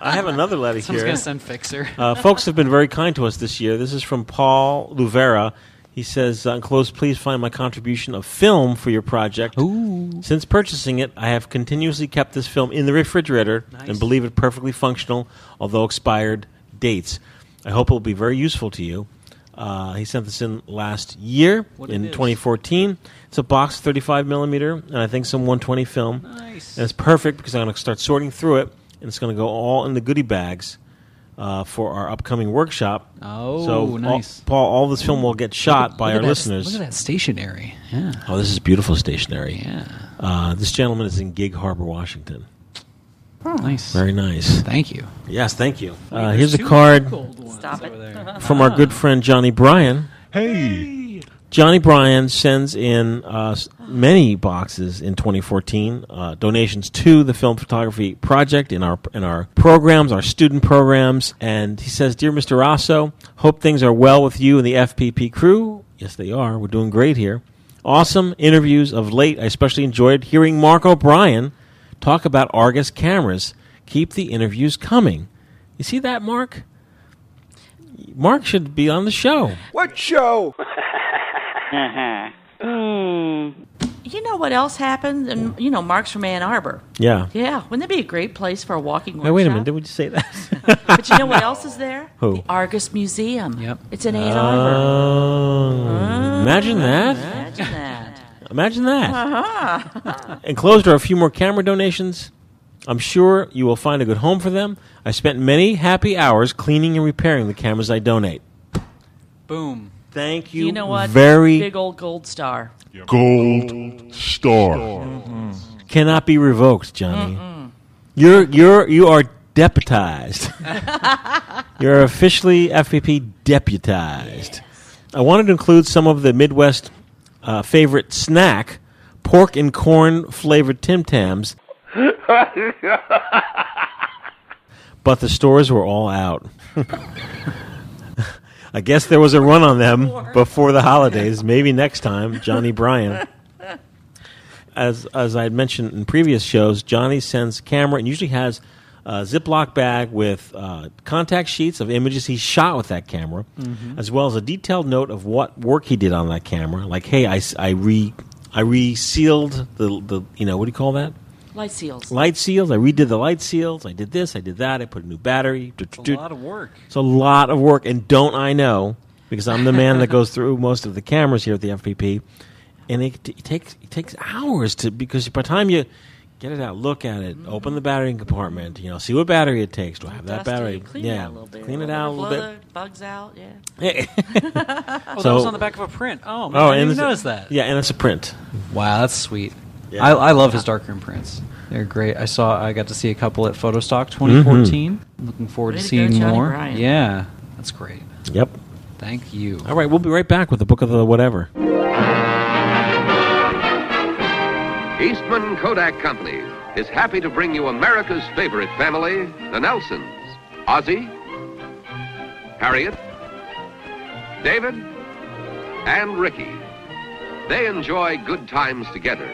Speaker 1: I have another letter
Speaker 2: Someone's
Speaker 1: here.
Speaker 2: gonna send Fixer.
Speaker 1: uh, folks have been very kind to us this year. This is from Paul Luvera. He says, uh, "Enclosed, please find my contribution of film for your project. Since purchasing it, I have continuously kept this film in the refrigerator and believe it perfectly functional, although expired dates. I hope it will be very useful to you." Uh, he sent this in last year
Speaker 2: What
Speaker 1: in
Speaker 2: it is.
Speaker 1: 2014. It's a box 35 millimeter, and I think some 120 film.
Speaker 2: Nice.
Speaker 1: And it's perfect because I'm going to start sorting through it, and it's going to go all in the goodie bags uh, for our upcoming workshop.
Speaker 2: Oh,
Speaker 1: so all-
Speaker 2: nice.
Speaker 1: Paul, all this film will get shot by
Speaker 2: Look at
Speaker 1: our
Speaker 2: that-
Speaker 1: listeners.
Speaker 2: Look at that stationery. Yeah.
Speaker 1: Oh, this is beautiful stationery.
Speaker 2: Yeah.
Speaker 1: Uh, this gentleman is in Gig Harbor, Washington.
Speaker 2: Nice.
Speaker 1: Very nice.
Speaker 2: Thank you.
Speaker 1: Yes, thank you.
Speaker 2: Look,
Speaker 1: Uh,
Speaker 2: there's
Speaker 1: here's a
Speaker 2: two
Speaker 1: card
Speaker 2: gold ones
Speaker 4: Stop
Speaker 2: over there.
Speaker 1: from our good friend Johnny Bryan.
Speaker 10: Hey.
Speaker 1: Johnny Bryan sends in uh, s- many boxes in 2014 uh, donations to the Film Photography Project in our in our programs, our student programs, and he says, "Dear Mr. Rosso, hope things are well with you and the FPP crew. Yes, they are. We're doing great here. Awesome interviews of late. I especially enjoyed hearing Mark O'Brien talk about Argus cameras. Keep the interviews coming. You see that, Mark? Mark should be on the show."
Speaker 6: What show?
Speaker 4: You know what else happened? And you know, Mark's from Ann Arbor.
Speaker 1: Yeah.
Speaker 4: Yeah. Wouldn't that be a great place for a walking workshop?
Speaker 1: Now, wait a minute. Did we just say that?
Speaker 4: but you know what else is there?
Speaker 1: Who? Uh,
Speaker 4: The Argus Museum. Yep. It's in Ann Arbor.
Speaker 1: Oh, imagine that.
Speaker 4: Imagine that.
Speaker 1: Imagine that.
Speaker 4: Uh-huh.
Speaker 1: Enclosed are a few more camera donations. I'm sure you will find a good home for them. I spent many happy hours cleaning and repairing the cameras I donate.
Speaker 2: Boom.
Speaker 1: Thank
Speaker 4: you know what?
Speaker 1: very-
Speaker 4: big old gold star.
Speaker 10: Gold Star.
Speaker 1: Cannot be revoked, Johnny. You're you're you are deputized. you're officially FPP deputized. I wanted to include some of the Midwest uh, favorite snack, pork and corn flavored Tim Tams, but the stores were all out. I guess there was a run on them before the holidays. Maybe next time, Johnny Bryan. As as I had mentioned in previous shows, Johnny sends camera and usually has a Ziploc bag with uh, contact sheets of images he shot with that camera,
Speaker 2: Mm-hmm.
Speaker 5: Mhm.
Speaker 1: as well as a detailed note of what work he did on that camera. Like, hey, I, s- I re I resealed the the you know what do you call that?
Speaker 4: Light seals.
Speaker 1: Light seals. I redid the light seals. I did this. I did that. I put a new battery.
Speaker 2: It's a lot of work.
Speaker 1: It's a lot of work, and don't I know because I'm the man that goes through most of the cameras here at the FPP, and it, it takes it takes hours to because by the time you get it out, look at it,
Speaker 4: Mm-hmm.
Speaker 1: open the battery compartment, you know, see what battery it takes. Do I have that
Speaker 4: Dusty,
Speaker 1: battery?
Speaker 4: Clean it
Speaker 1: yeah,
Speaker 4: out a little bit.
Speaker 1: clean it out a
Speaker 4: blow
Speaker 1: little bit.
Speaker 4: the bugs out. Yeah.
Speaker 2: Oh, that was on the back of a print. Oh, man, I didn't
Speaker 1: and
Speaker 2: even
Speaker 1: it's a-
Speaker 2: notice that.
Speaker 1: Yeah, and it's a print.
Speaker 2: Wow, that's sweet. I, I love his darkroom prints. They're great. I saw. I got to see a couple at Photostock 2014. Looking forward
Speaker 4: Way
Speaker 2: to
Speaker 4: to go,
Speaker 2: seeing
Speaker 4: Johnny
Speaker 2: more.
Speaker 4: Bryan.
Speaker 2: Yeah, that's great.
Speaker 1: Yep.
Speaker 2: Thank you.
Speaker 1: All right, we'll be right back with the book of the whatever.
Speaker 12: Eastman Kodak Company is happy to bring you America's favorite family, the Nelsons. Ozzie, Harriet, David, and Ricky. They enjoy good times together.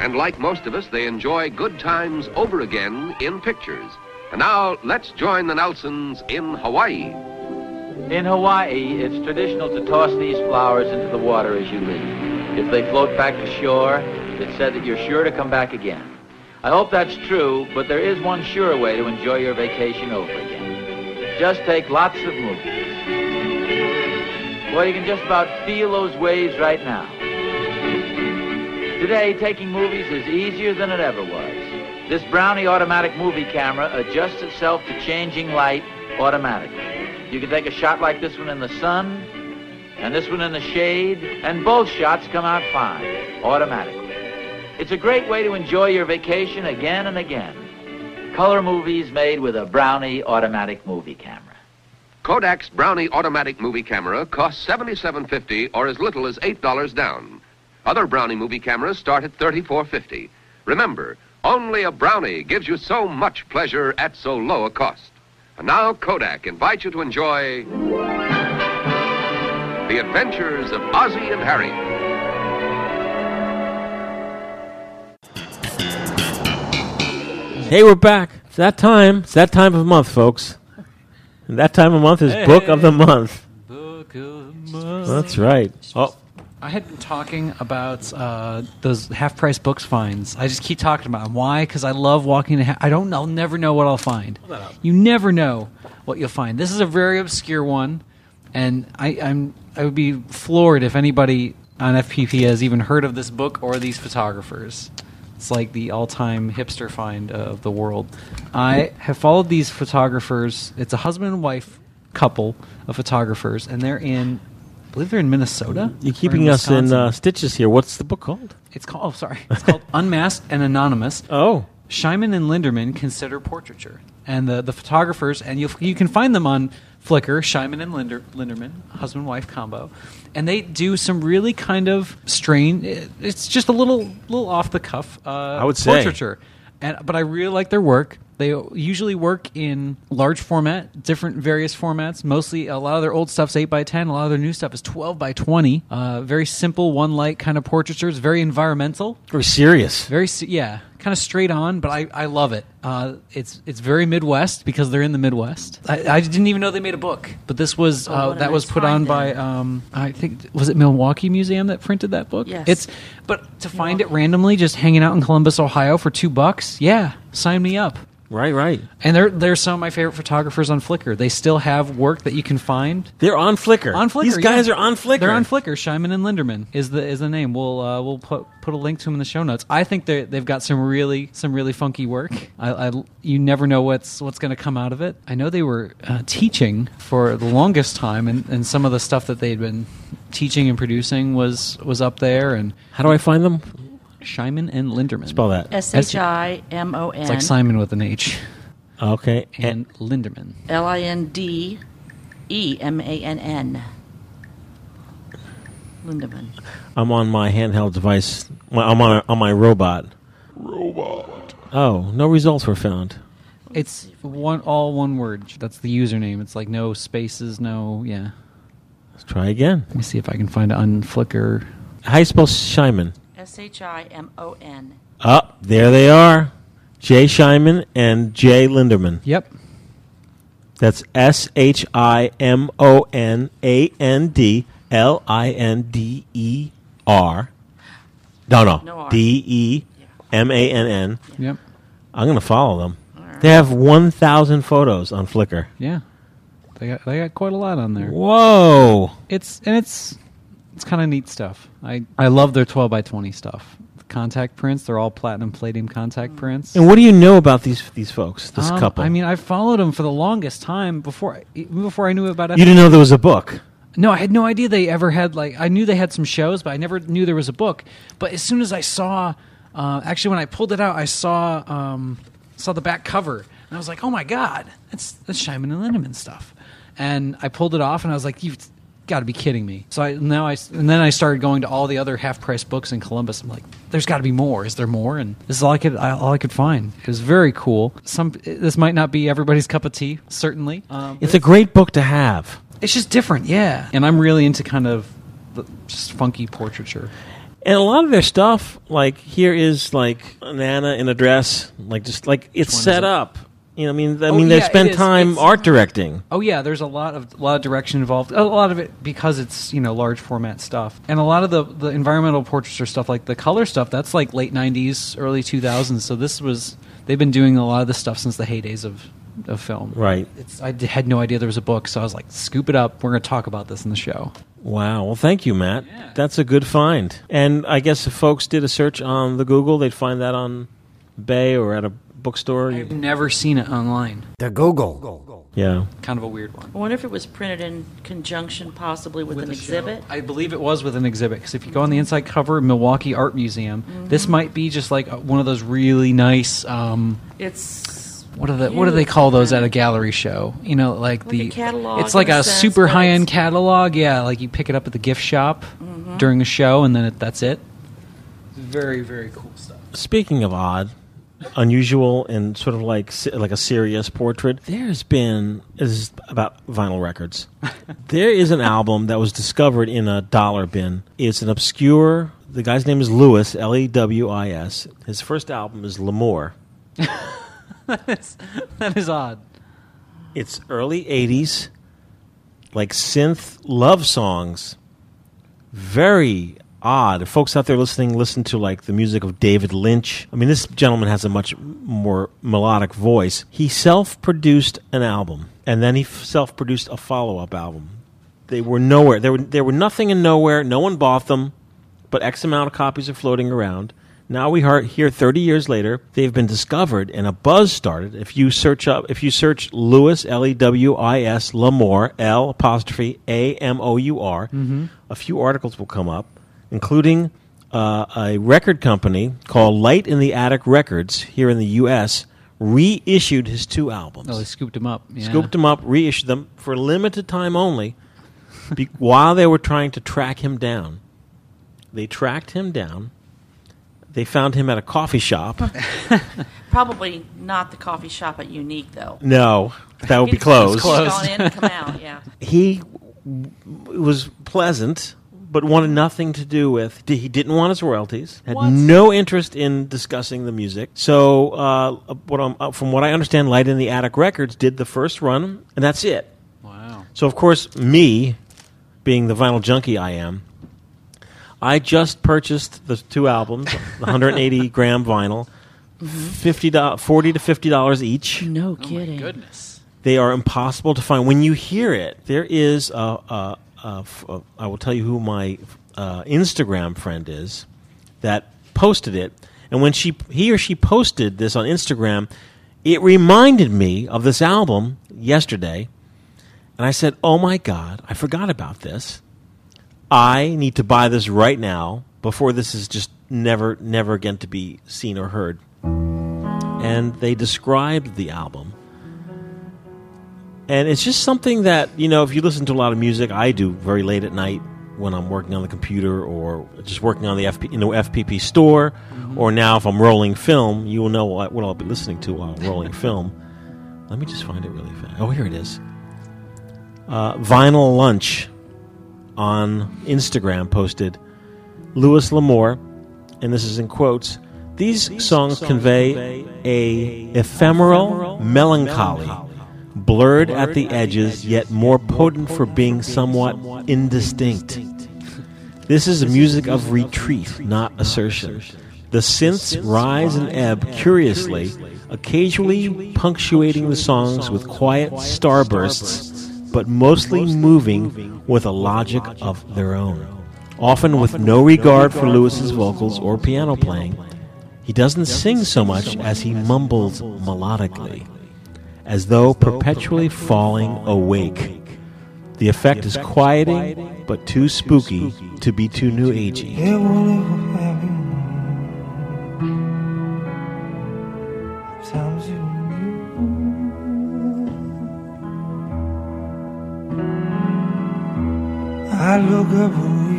Speaker 12: And like most of us, they enjoy good times over again in pictures. And now let's join the Nelsons in Hawaii.
Speaker 13: In Hawaii, it's traditional to toss these flowers into the water as you leave. If they float back to shore, it's said that you're sure to come back again. I hope that's true, but there is one sure way to enjoy your vacation over again. Just take lots of movies. Well, you can just about feel those waves right now. Today, taking movies is easier than it ever was. This Brownie automatic movie camera adjusts itself to changing light automatically. You can take a shot like this one in the sun, and this one in the shade, and both shots come out fine, automatically. It's a great way to enjoy your vacation again and again. Color movies made with a Brownie automatic movie camera.
Speaker 12: Kodak's Brownie automatic movie camera costs $77.50 or as little as $8 down. Other Brownie movie cameras start at $34.50. Remember, only a Brownie gives you so much pleasure at so low a cost. And now Kodak invites you to enjoy The Adventures of Ozzie and Harriet.
Speaker 1: Hey, we're back. It's that time. It's that time of month, folks. And that time of month is book of the month. That's right. Oh,
Speaker 2: I had been talking about uh, those half-price books finds. I just keep talking about them. Why? Because I love walking. To ha- I don't. I'll never know what I'll find. You never know what you'll find. This is a very obscure one, and I, I'm I would be floored if anybody on FPP has even heard of this book or these photographers. It's like the all-time hipster find of the world. I have followed these photographers. It's a husband and wife couple of photographers, and they're in. I believe they're in Minnesota.
Speaker 1: you're
Speaker 2: or
Speaker 1: keeping us in
Speaker 2: Wisconsin.
Speaker 1: uh, stitches here. What's the book called?
Speaker 2: It's called. Oh, sorry. It's called Unmasked and Anonymous.
Speaker 1: Oh.
Speaker 2: Shyman and Linderman consider portraiture, and the the photographers, and you you can find them on Flickr. Shyman and Linder, Linderman, husband wife combo, and they do some really kind of strange. it- It's just a little little off the cuff. Uh,
Speaker 1: I would say.
Speaker 2: portraiture, and but I really like their work. They usually work in large format, different various formats. Mostly, a lot of their old stuff's eight by ten. A lot of their new stuff is twelve by twenty. Uh, very simple, one light kind of portraiture. It's very environmental.
Speaker 1: Very serious.
Speaker 2: Very se- yeah, kind of straight on, but I, I love it. Uh, it's it's very Midwest because they're in the Midwest. I, I didn't even know they made a book, but this was
Speaker 11: Oh,
Speaker 2: uh,
Speaker 11: what a
Speaker 2: that was
Speaker 11: nice
Speaker 2: put on by um, I think was it Milwaukee Museum that printed that book.
Speaker 11: Yes.
Speaker 2: it's but to find it randomly just hanging out in Columbus, Ohio for two bucks. Yeah, sign me up.
Speaker 1: Right, right.
Speaker 2: And they're they're some of my favorite photographers on Flickr. They still have work that you can find.
Speaker 1: They're on Flickr.
Speaker 2: On Flickr,
Speaker 1: These guys
Speaker 2: yeah.
Speaker 1: are on Flickr.
Speaker 2: They're on Flickr. Shyman and Linderman is the is the name. We'll uh, we'll put put a link to them in the show notes. I think they they've got some really some really funky work. I, I you never know what's what's going to come out of it. I know they were uh, teaching for the longest time, and, and some of the stuff that they had been teaching and producing was was up there. And
Speaker 1: how do I find them?
Speaker 2: Shyman and Linderman.
Speaker 1: Spell that.
Speaker 4: S H I M O
Speaker 2: It's like
Speaker 4: N
Speaker 2: Simon with an H.
Speaker 1: Okay.
Speaker 2: And Linderman.
Speaker 4: L I N D E M A N N. Lindemann.
Speaker 1: I'm on my handheld device. My, I'm on on my robot. Robot. Oh, no results were found.
Speaker 2: It's one all one word. That's the username. It's like no spaces, no yeah.
Speaker 1: Let's try again. Let
Speaker 2: me see if I can find it on Flickr.
Speaker 1: How you spell Shyman?
Speaker 4: S H I M O N.
Speaker 1: Up there they are. Jay Shyman and Jay Linderman.
Speaker 2: Yep.
Speaker 1: That's S H I M O N A N D L I N D E R. No,
Speaker 11: No
Speaker 1: no.
Speaker 11: R.
Speaker 1: D E M A N N.
Speaker 2: Yep.
Speaker 1: I'm going to follow them. They have 1,000 photos on Flickr.
Speaker 2: Yeah, they got they got quite a lot on there.
Speaker 1: Whoa!
Speaker 2: It's and it's it's kind of neat stuff. I I love their twelve by twenty stuff. Contact prints. They're all platinum plating contact prints.
Speaker 1: And what do you know about these these folks, this
Speaker 2: Um,
Speaker 1: couple?
Speaker 2: I mean, I followed them for the longest time before I- even before I knew about it.
Speaker 1: you didn't know there was a book.
Speaker 2: No, I had no idea they ever had like I knew they had some shows, but I never knew there was a book. But as soon as I saw, uh, actually, when I pulled it out, I saw um, saw the back cover, and I was like, "Oh my god, that's that's Shyman and Lindemann stuff." And I pulled it off, and I was like, "You've got to be kidding me!" So I now I s- and then I started going to all the other half price books in Columbus. I'm like, "There's got to be more. Is there more?" And this is all I could I, all I could find. It was very cool. Some this might not be everybody's cup of tea, certainly. Um,
Speaker 1: It's a great book to have.
Speaker 2: it's just different, yeah. And I'm really into kind of the, just funky portraiture.
Speaker 1: And a lot of their stuff, like here is like Nana in a dress, like just like it's
Speaker 2: one is
Speaker 1: set
Speaker 2: it?
Speaker 1: up You know, I mean, I
Speaker 2: Oh,
Speaker 1: mean, they
Speaker 2: yeah, it
Speaker 1: spend
Speaker 2: is.
Speaker 1: time
Speaker 2: It's-
Speaker 1: art directing.
Speaker 2: Oh yeah, there's a lot of a lot of direction involved. A lot of it because it's you know large format stuff, and a lot of the the environmental portraits or stuff like the color stuff. That's like late '90s, early 2000s. So this was they've been doing a lot of this stuff since the heydays of of film.
Speaker 1: Right.
Speaker 2: It's, I d- had no idea there was a book, so I was like, scoop it up. We're going to talk about this in the show.
Speaker 1: Wow. Well, thank you, Matt. That's a good find. And I guess if folks did a search on the Google, they'd find that on Bay or at a bookstore.
Speaker 2: I've never seen it online.
Speaker 1: The Google. Yeah.
Speaker 2: Kind of a weird one.
Speaker 4: I wonder if it was printed in conjunction possibly with, an exhibit.
Speaker 2: I believe it was with an exhibit because if you go on the inside cover, Milwaukee Art Museum,
Speaker 4: Mm-hmm.
Speaker 2: this might be just like uh, one of those really nice. Um,
Speaker 4: It's
Speaker 2: what are the what do they call those at a gallery show? You know, like, the
Speaker 4: catalog
Speaker 2: It's like
Speaker 4: in a
Speaker 2: a,
Speaker 4: sense,
Speaker 2: super
Speaker 4: but
Speaker 2: high end catalog. Yeah, like you pick it up at the gift shop
Speaker 4: Mm-hmm.
Speaker 2: during a show, and then it, that's it. Very very cool stuff.
Speaker 1: Speaking of odd, unusual, and sort of like se- like a serious portrait, there's been this is about vinyl records. there is an album that was discovered in a dollar bin. It's an obscure. The guy's name is Lewis L E W I S. His first album is L'Amour.
Speaker 2: that, is, that is odd.
Speaker 1: It's early 80s, like synth love songs. Very odd. If folks out there listening listen to like the music of David Lynch. I mean, this gentleman has a much more melodic voice. He self produced an album, and then he self produced a follow up album. They were nowhere. There were, there were nothing in nowhere. No one bought them, but X amount of copies are floating around. Now we are here 30 years later. They've been discovered, and a buzz started. If you search up, if you search Lewis L E W I S Lamore L apostrophe A M O U R,
Speaker 5: Mhm.
Speaker 1: a few articles will come up, including uh, a record company called Light in the Attic Records here in the U.S. reissued his two albums.
Speaker 2: Oh, they scooped him up. Yeah.
Speaker 1: Scooped them up, reissued them for limited time only be- while they were trying to track him down. They tracked him down. They found him at a coffee shop.
Speaker 4: Probably not the coffee shop at Unique, though.
Speaker 1: no, that would be
Speaker 4: He's just
Speaker 1: closed.
Speaker 4: Gone in, come out, yeah.
Speaker 1: he w- was pleasant, but wanted nothing to do with. He didn't want his royalties. Had no interest in discussing the music. So, uh, what I'm, uh, from what I understand, Light in the Attic Records did the first run, and that's it. Wow. So, of course, me, being the vinyl junkie I am, I just purchased the two albums, the 180 gram vinyl, fifty dollars, forty to fifty dollars each.
Speaker 4: No
Speaker 1: Oh
Speaker 4: kidding.
Speaker 2: goodness.
Speaker 1: They are impossible to find. When you hear it, there is a. a, a f- a- I will tell you who my uh, Instagram friend is that posted it, and when she he or she posted this on Instagram, it reminded me of this album yesterday, and I said, "Oh my god, I forgot about this. I need to buy this right now before this is just never never again to be seen or heard." And they described the album and it's just something that, you know, if you listen to a lot of music, I do very late at night when I'm working on the computer or just working on the FP, you know, FPP store, or now if I'm rolling film, you will know what, what I'll be listening to while I'm rolling film. Let me just find it really fast. Oh, here it is. Uh, Vinyl Lunch on Instagram posted Louis L'Amour, and this is in quotes. These, songs, convey, a, ephemeral, melancholy, blurred, at the edges, yet more potent for being somewhat, indistinct. This is a music of retreat, not assertion. The synths rise and ebb curiously, occasionally punctuating the songs with quiet starbursts, but mostly moving with a logic of their own. Often with no regard for Lewis's vocals or piano playing, he doesn't sing so much as he mumbles melodically, as though perpetually falling awake. The effect is quieting, but too spooky to be too new agey.
Speaker 5: Times you knew. I look up away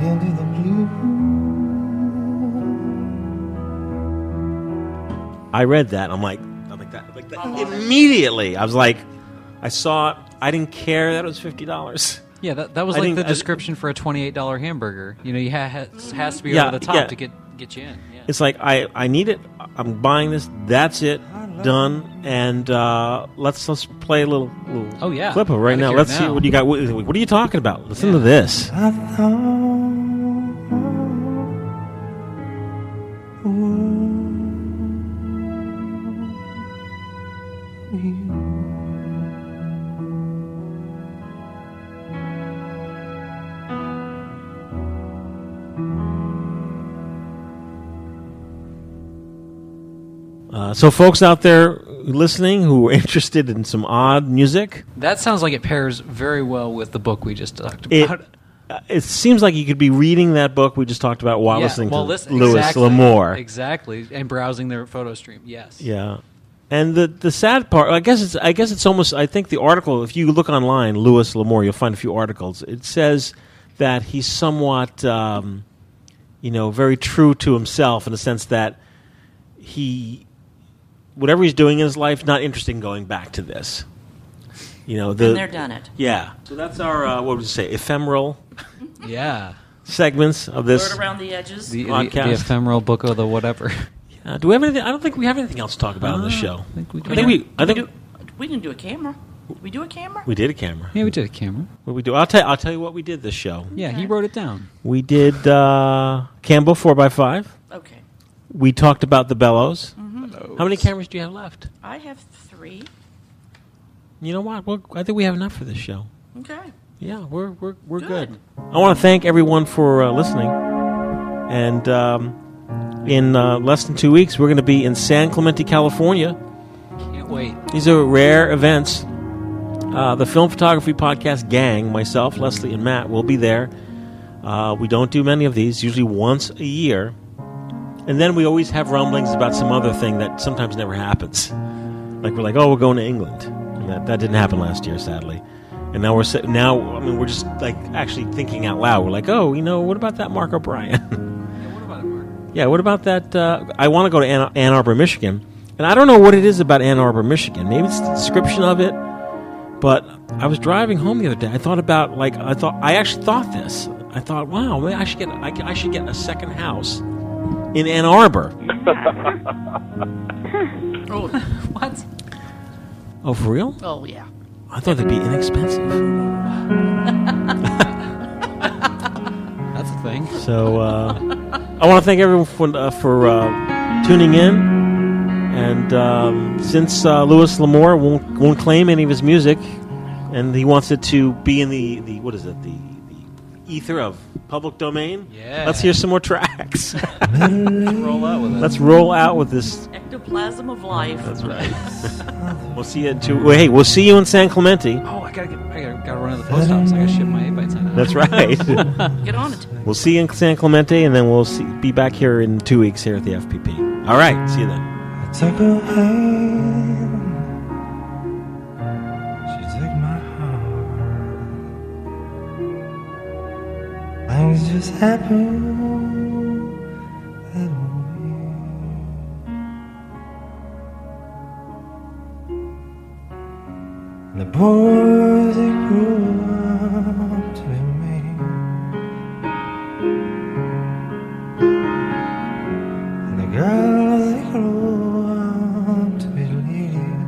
Speaker 5: into the
Speaker 1: I read that. I'm like, I'm like that, like that. Immediately, I was like, I saw it. I didn't care that it was fifty dollars.
Speaker 2: Yeah, that, that was
Speaker 1: I
Speaker 2: like
Speaker 1: think-
Speaker 2: the
Speaker 1: I-
Speaker 2: description for a twenty-eight dollar hamburger. You know, you ha- has, has to be
Speaker 1: Yeah,
Speaker 2: over the top
Speaker 1: yeah.
Speaker 2: to get Get you in. Yeah.
Speaker 1: It's like I, I need it. I'm buying this. That's it. Done. And uh, let's let's play a little, little
Speaker 2: Oh, yeah.
Speaker 1: clip of it
Speaker 2: I
Speaker 1: right
Speaker 2: can
Speaker 1: now.
Speaker 2: hear it
Speaker 1: Let's see
Speaker 2: now.
Speaker 1: what you got. What, what are you talking about? Listen to this.
Speaker 5: I thought I would you.
Speaker 1: Uh, so, folks out there listening who are interested in some odd music,
Speaker 2: That sounds like it pairs very well with the book we just talked
Speaker 1: it,
Speaker 2: about.
Speaker 1: uh, it seems like you could be reading that book we just talked about while
Speaker 2: Yeah,
Speaker 1: listening
Speaker 2: well,
Speaker 1: to
Speaker 2: listen-
Speaker 1: Louis
Speaker 2: exactly,
Speaker 1: L'Amour.
Speaker 2: Exactly. And browsing their photo stream. Yes.
Speaker 1: Yeah. And the the sad part, I guess it's I guess it's almost I think the article if you look online, Louis L'Amour, you'll find a few articles. It says that he's somewhat um, you know, very true to himself in the sense that he whatever he's doing in his life not interested in going back to this. You know, the
Speaker 4: Been there, done it.
Speaker 1: Yeah. So that's our uh, what would you say, ephemeral
Speaker 2: Yeah.
Speaker 1: segments of this
Speaker 4: Blurred around the edges.
Speaker 2: The, the-
Speaker 1: podcast.
Speaker 2: the ephemeral book of the whatever. Ah,
Speaker 1: Uh, do we have anything? I don't think we have anything else to talk about on this show. Uh, I think we. I think we. I think
Speaker 4: We didn't do a camera. Did We do a camera.
Speaker 1: we did a camera.
Speaker 2: Yeah, we did a camera.
Speaker 1: What we do? I'll tell. I'll tell you what we did this show.
Speaker 2: Yeah, he wrote it down.
Speaker 1: We did uh, Campbell four x five.
Speaker 4: Okay.
Speaker 1: We talked about the bellows.
Speaker 4: Mhm.
Speaker 1: How many cameras do you have left?
Speaker 4: I have three.
Speaker 1: You know what? Well, I think we have enough for this show.
Speaker 4: Okay.
Speaker 1: Yeah, we're we're we're good. I want to thank everyone for uh, listening. And um, in uh, less than two weeks, we're going to be in San Clemente, California.
Speaker 2: Can't wait.
Speaker 1: These are rare events. Uh, the Film Photography Podcast gang, myself, Leslie, and Matt, will be there. Uh, we don't do many of these, usually once a year. And then we always have rumblings about some other thing that sometimes never happens. Like we're like, oh, we're going to England. And that, that didn't happen last year, sadly. And now we're sa- now I mean we're just like actually thinking out loud. We're like, oh, you know, what about that Mark O'Brien? Yeah, what about that? Uh, I want to go to Ann, Ann Arbor, Michigan, and I don't know what it is about Ann Arbor, Michigan. Maybe it's the description of it, but I was driving home the other day. I thought about like I thought I actually thought this. I thought, wow, maybe I should get I, I should get a second house in Ann Arbor.
Speaker 4: Oh, what?
Speaker 1: Oh, for real?
Speaker 4: Oh, yeah.
Speaker 1: I thought they'd be inexpensive.
Speaker 2: That's a thing.
Speaker 1: So uh, I want to thank everyone for uh, for uh, tuning in. And um, since uh, Louis L'Amour won't won't claim any of his music, and he wants it to be in the, the what is it the, the ether of public domain.
Speaker 2: Yeah.
Speaker 1: Let's hear some more tracks.
Speaker 2: roll out with it.
Speaker 1: Let's roll out with this.
Speaker 4: Ectoplasm of life.
Speaker 1: That's right. we'll see you. At two, well, hey, we'll see you in San Clemente.
Speaker 2: Oh, I gotta, get, I gotta, gotta run to the post office. I gotta ship my 8 by 10 out.
Speaker 1: That's right.
Speaker 4: Get on it.
Speaker 1: We'll see you in San Clemente, and then we'll see, be back here in two weeks here at the FPP. All right. See you then.
Speaker 5: I took her hand. She took my heart. Things just happen that way. The boys they grew up to be men. And the girls they grow up to be ladies.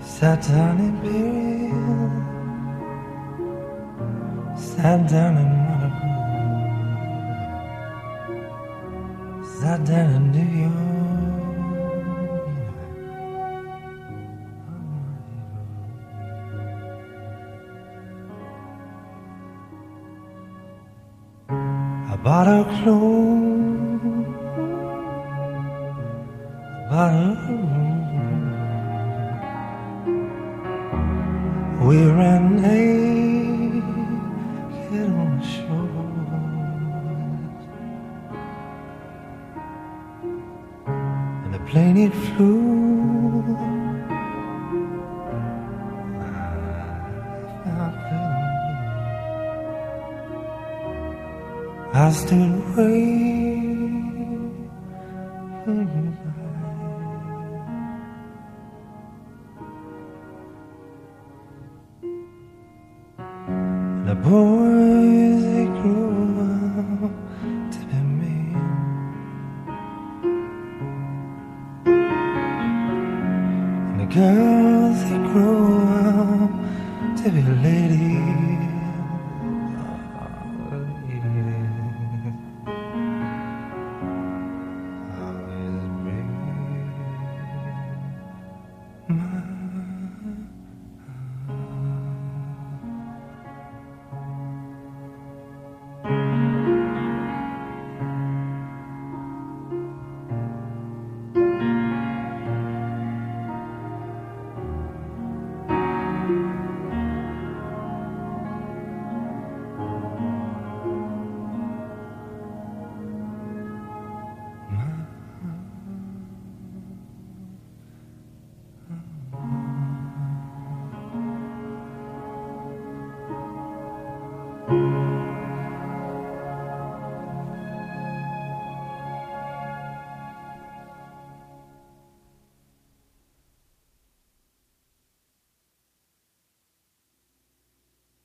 Speaker 5: Sat down in bed. Sat down in Malibu. Sat down in New York. I bought her clothes. Bought her room. We ran naked on the shore. plane it flew. I still wait for you.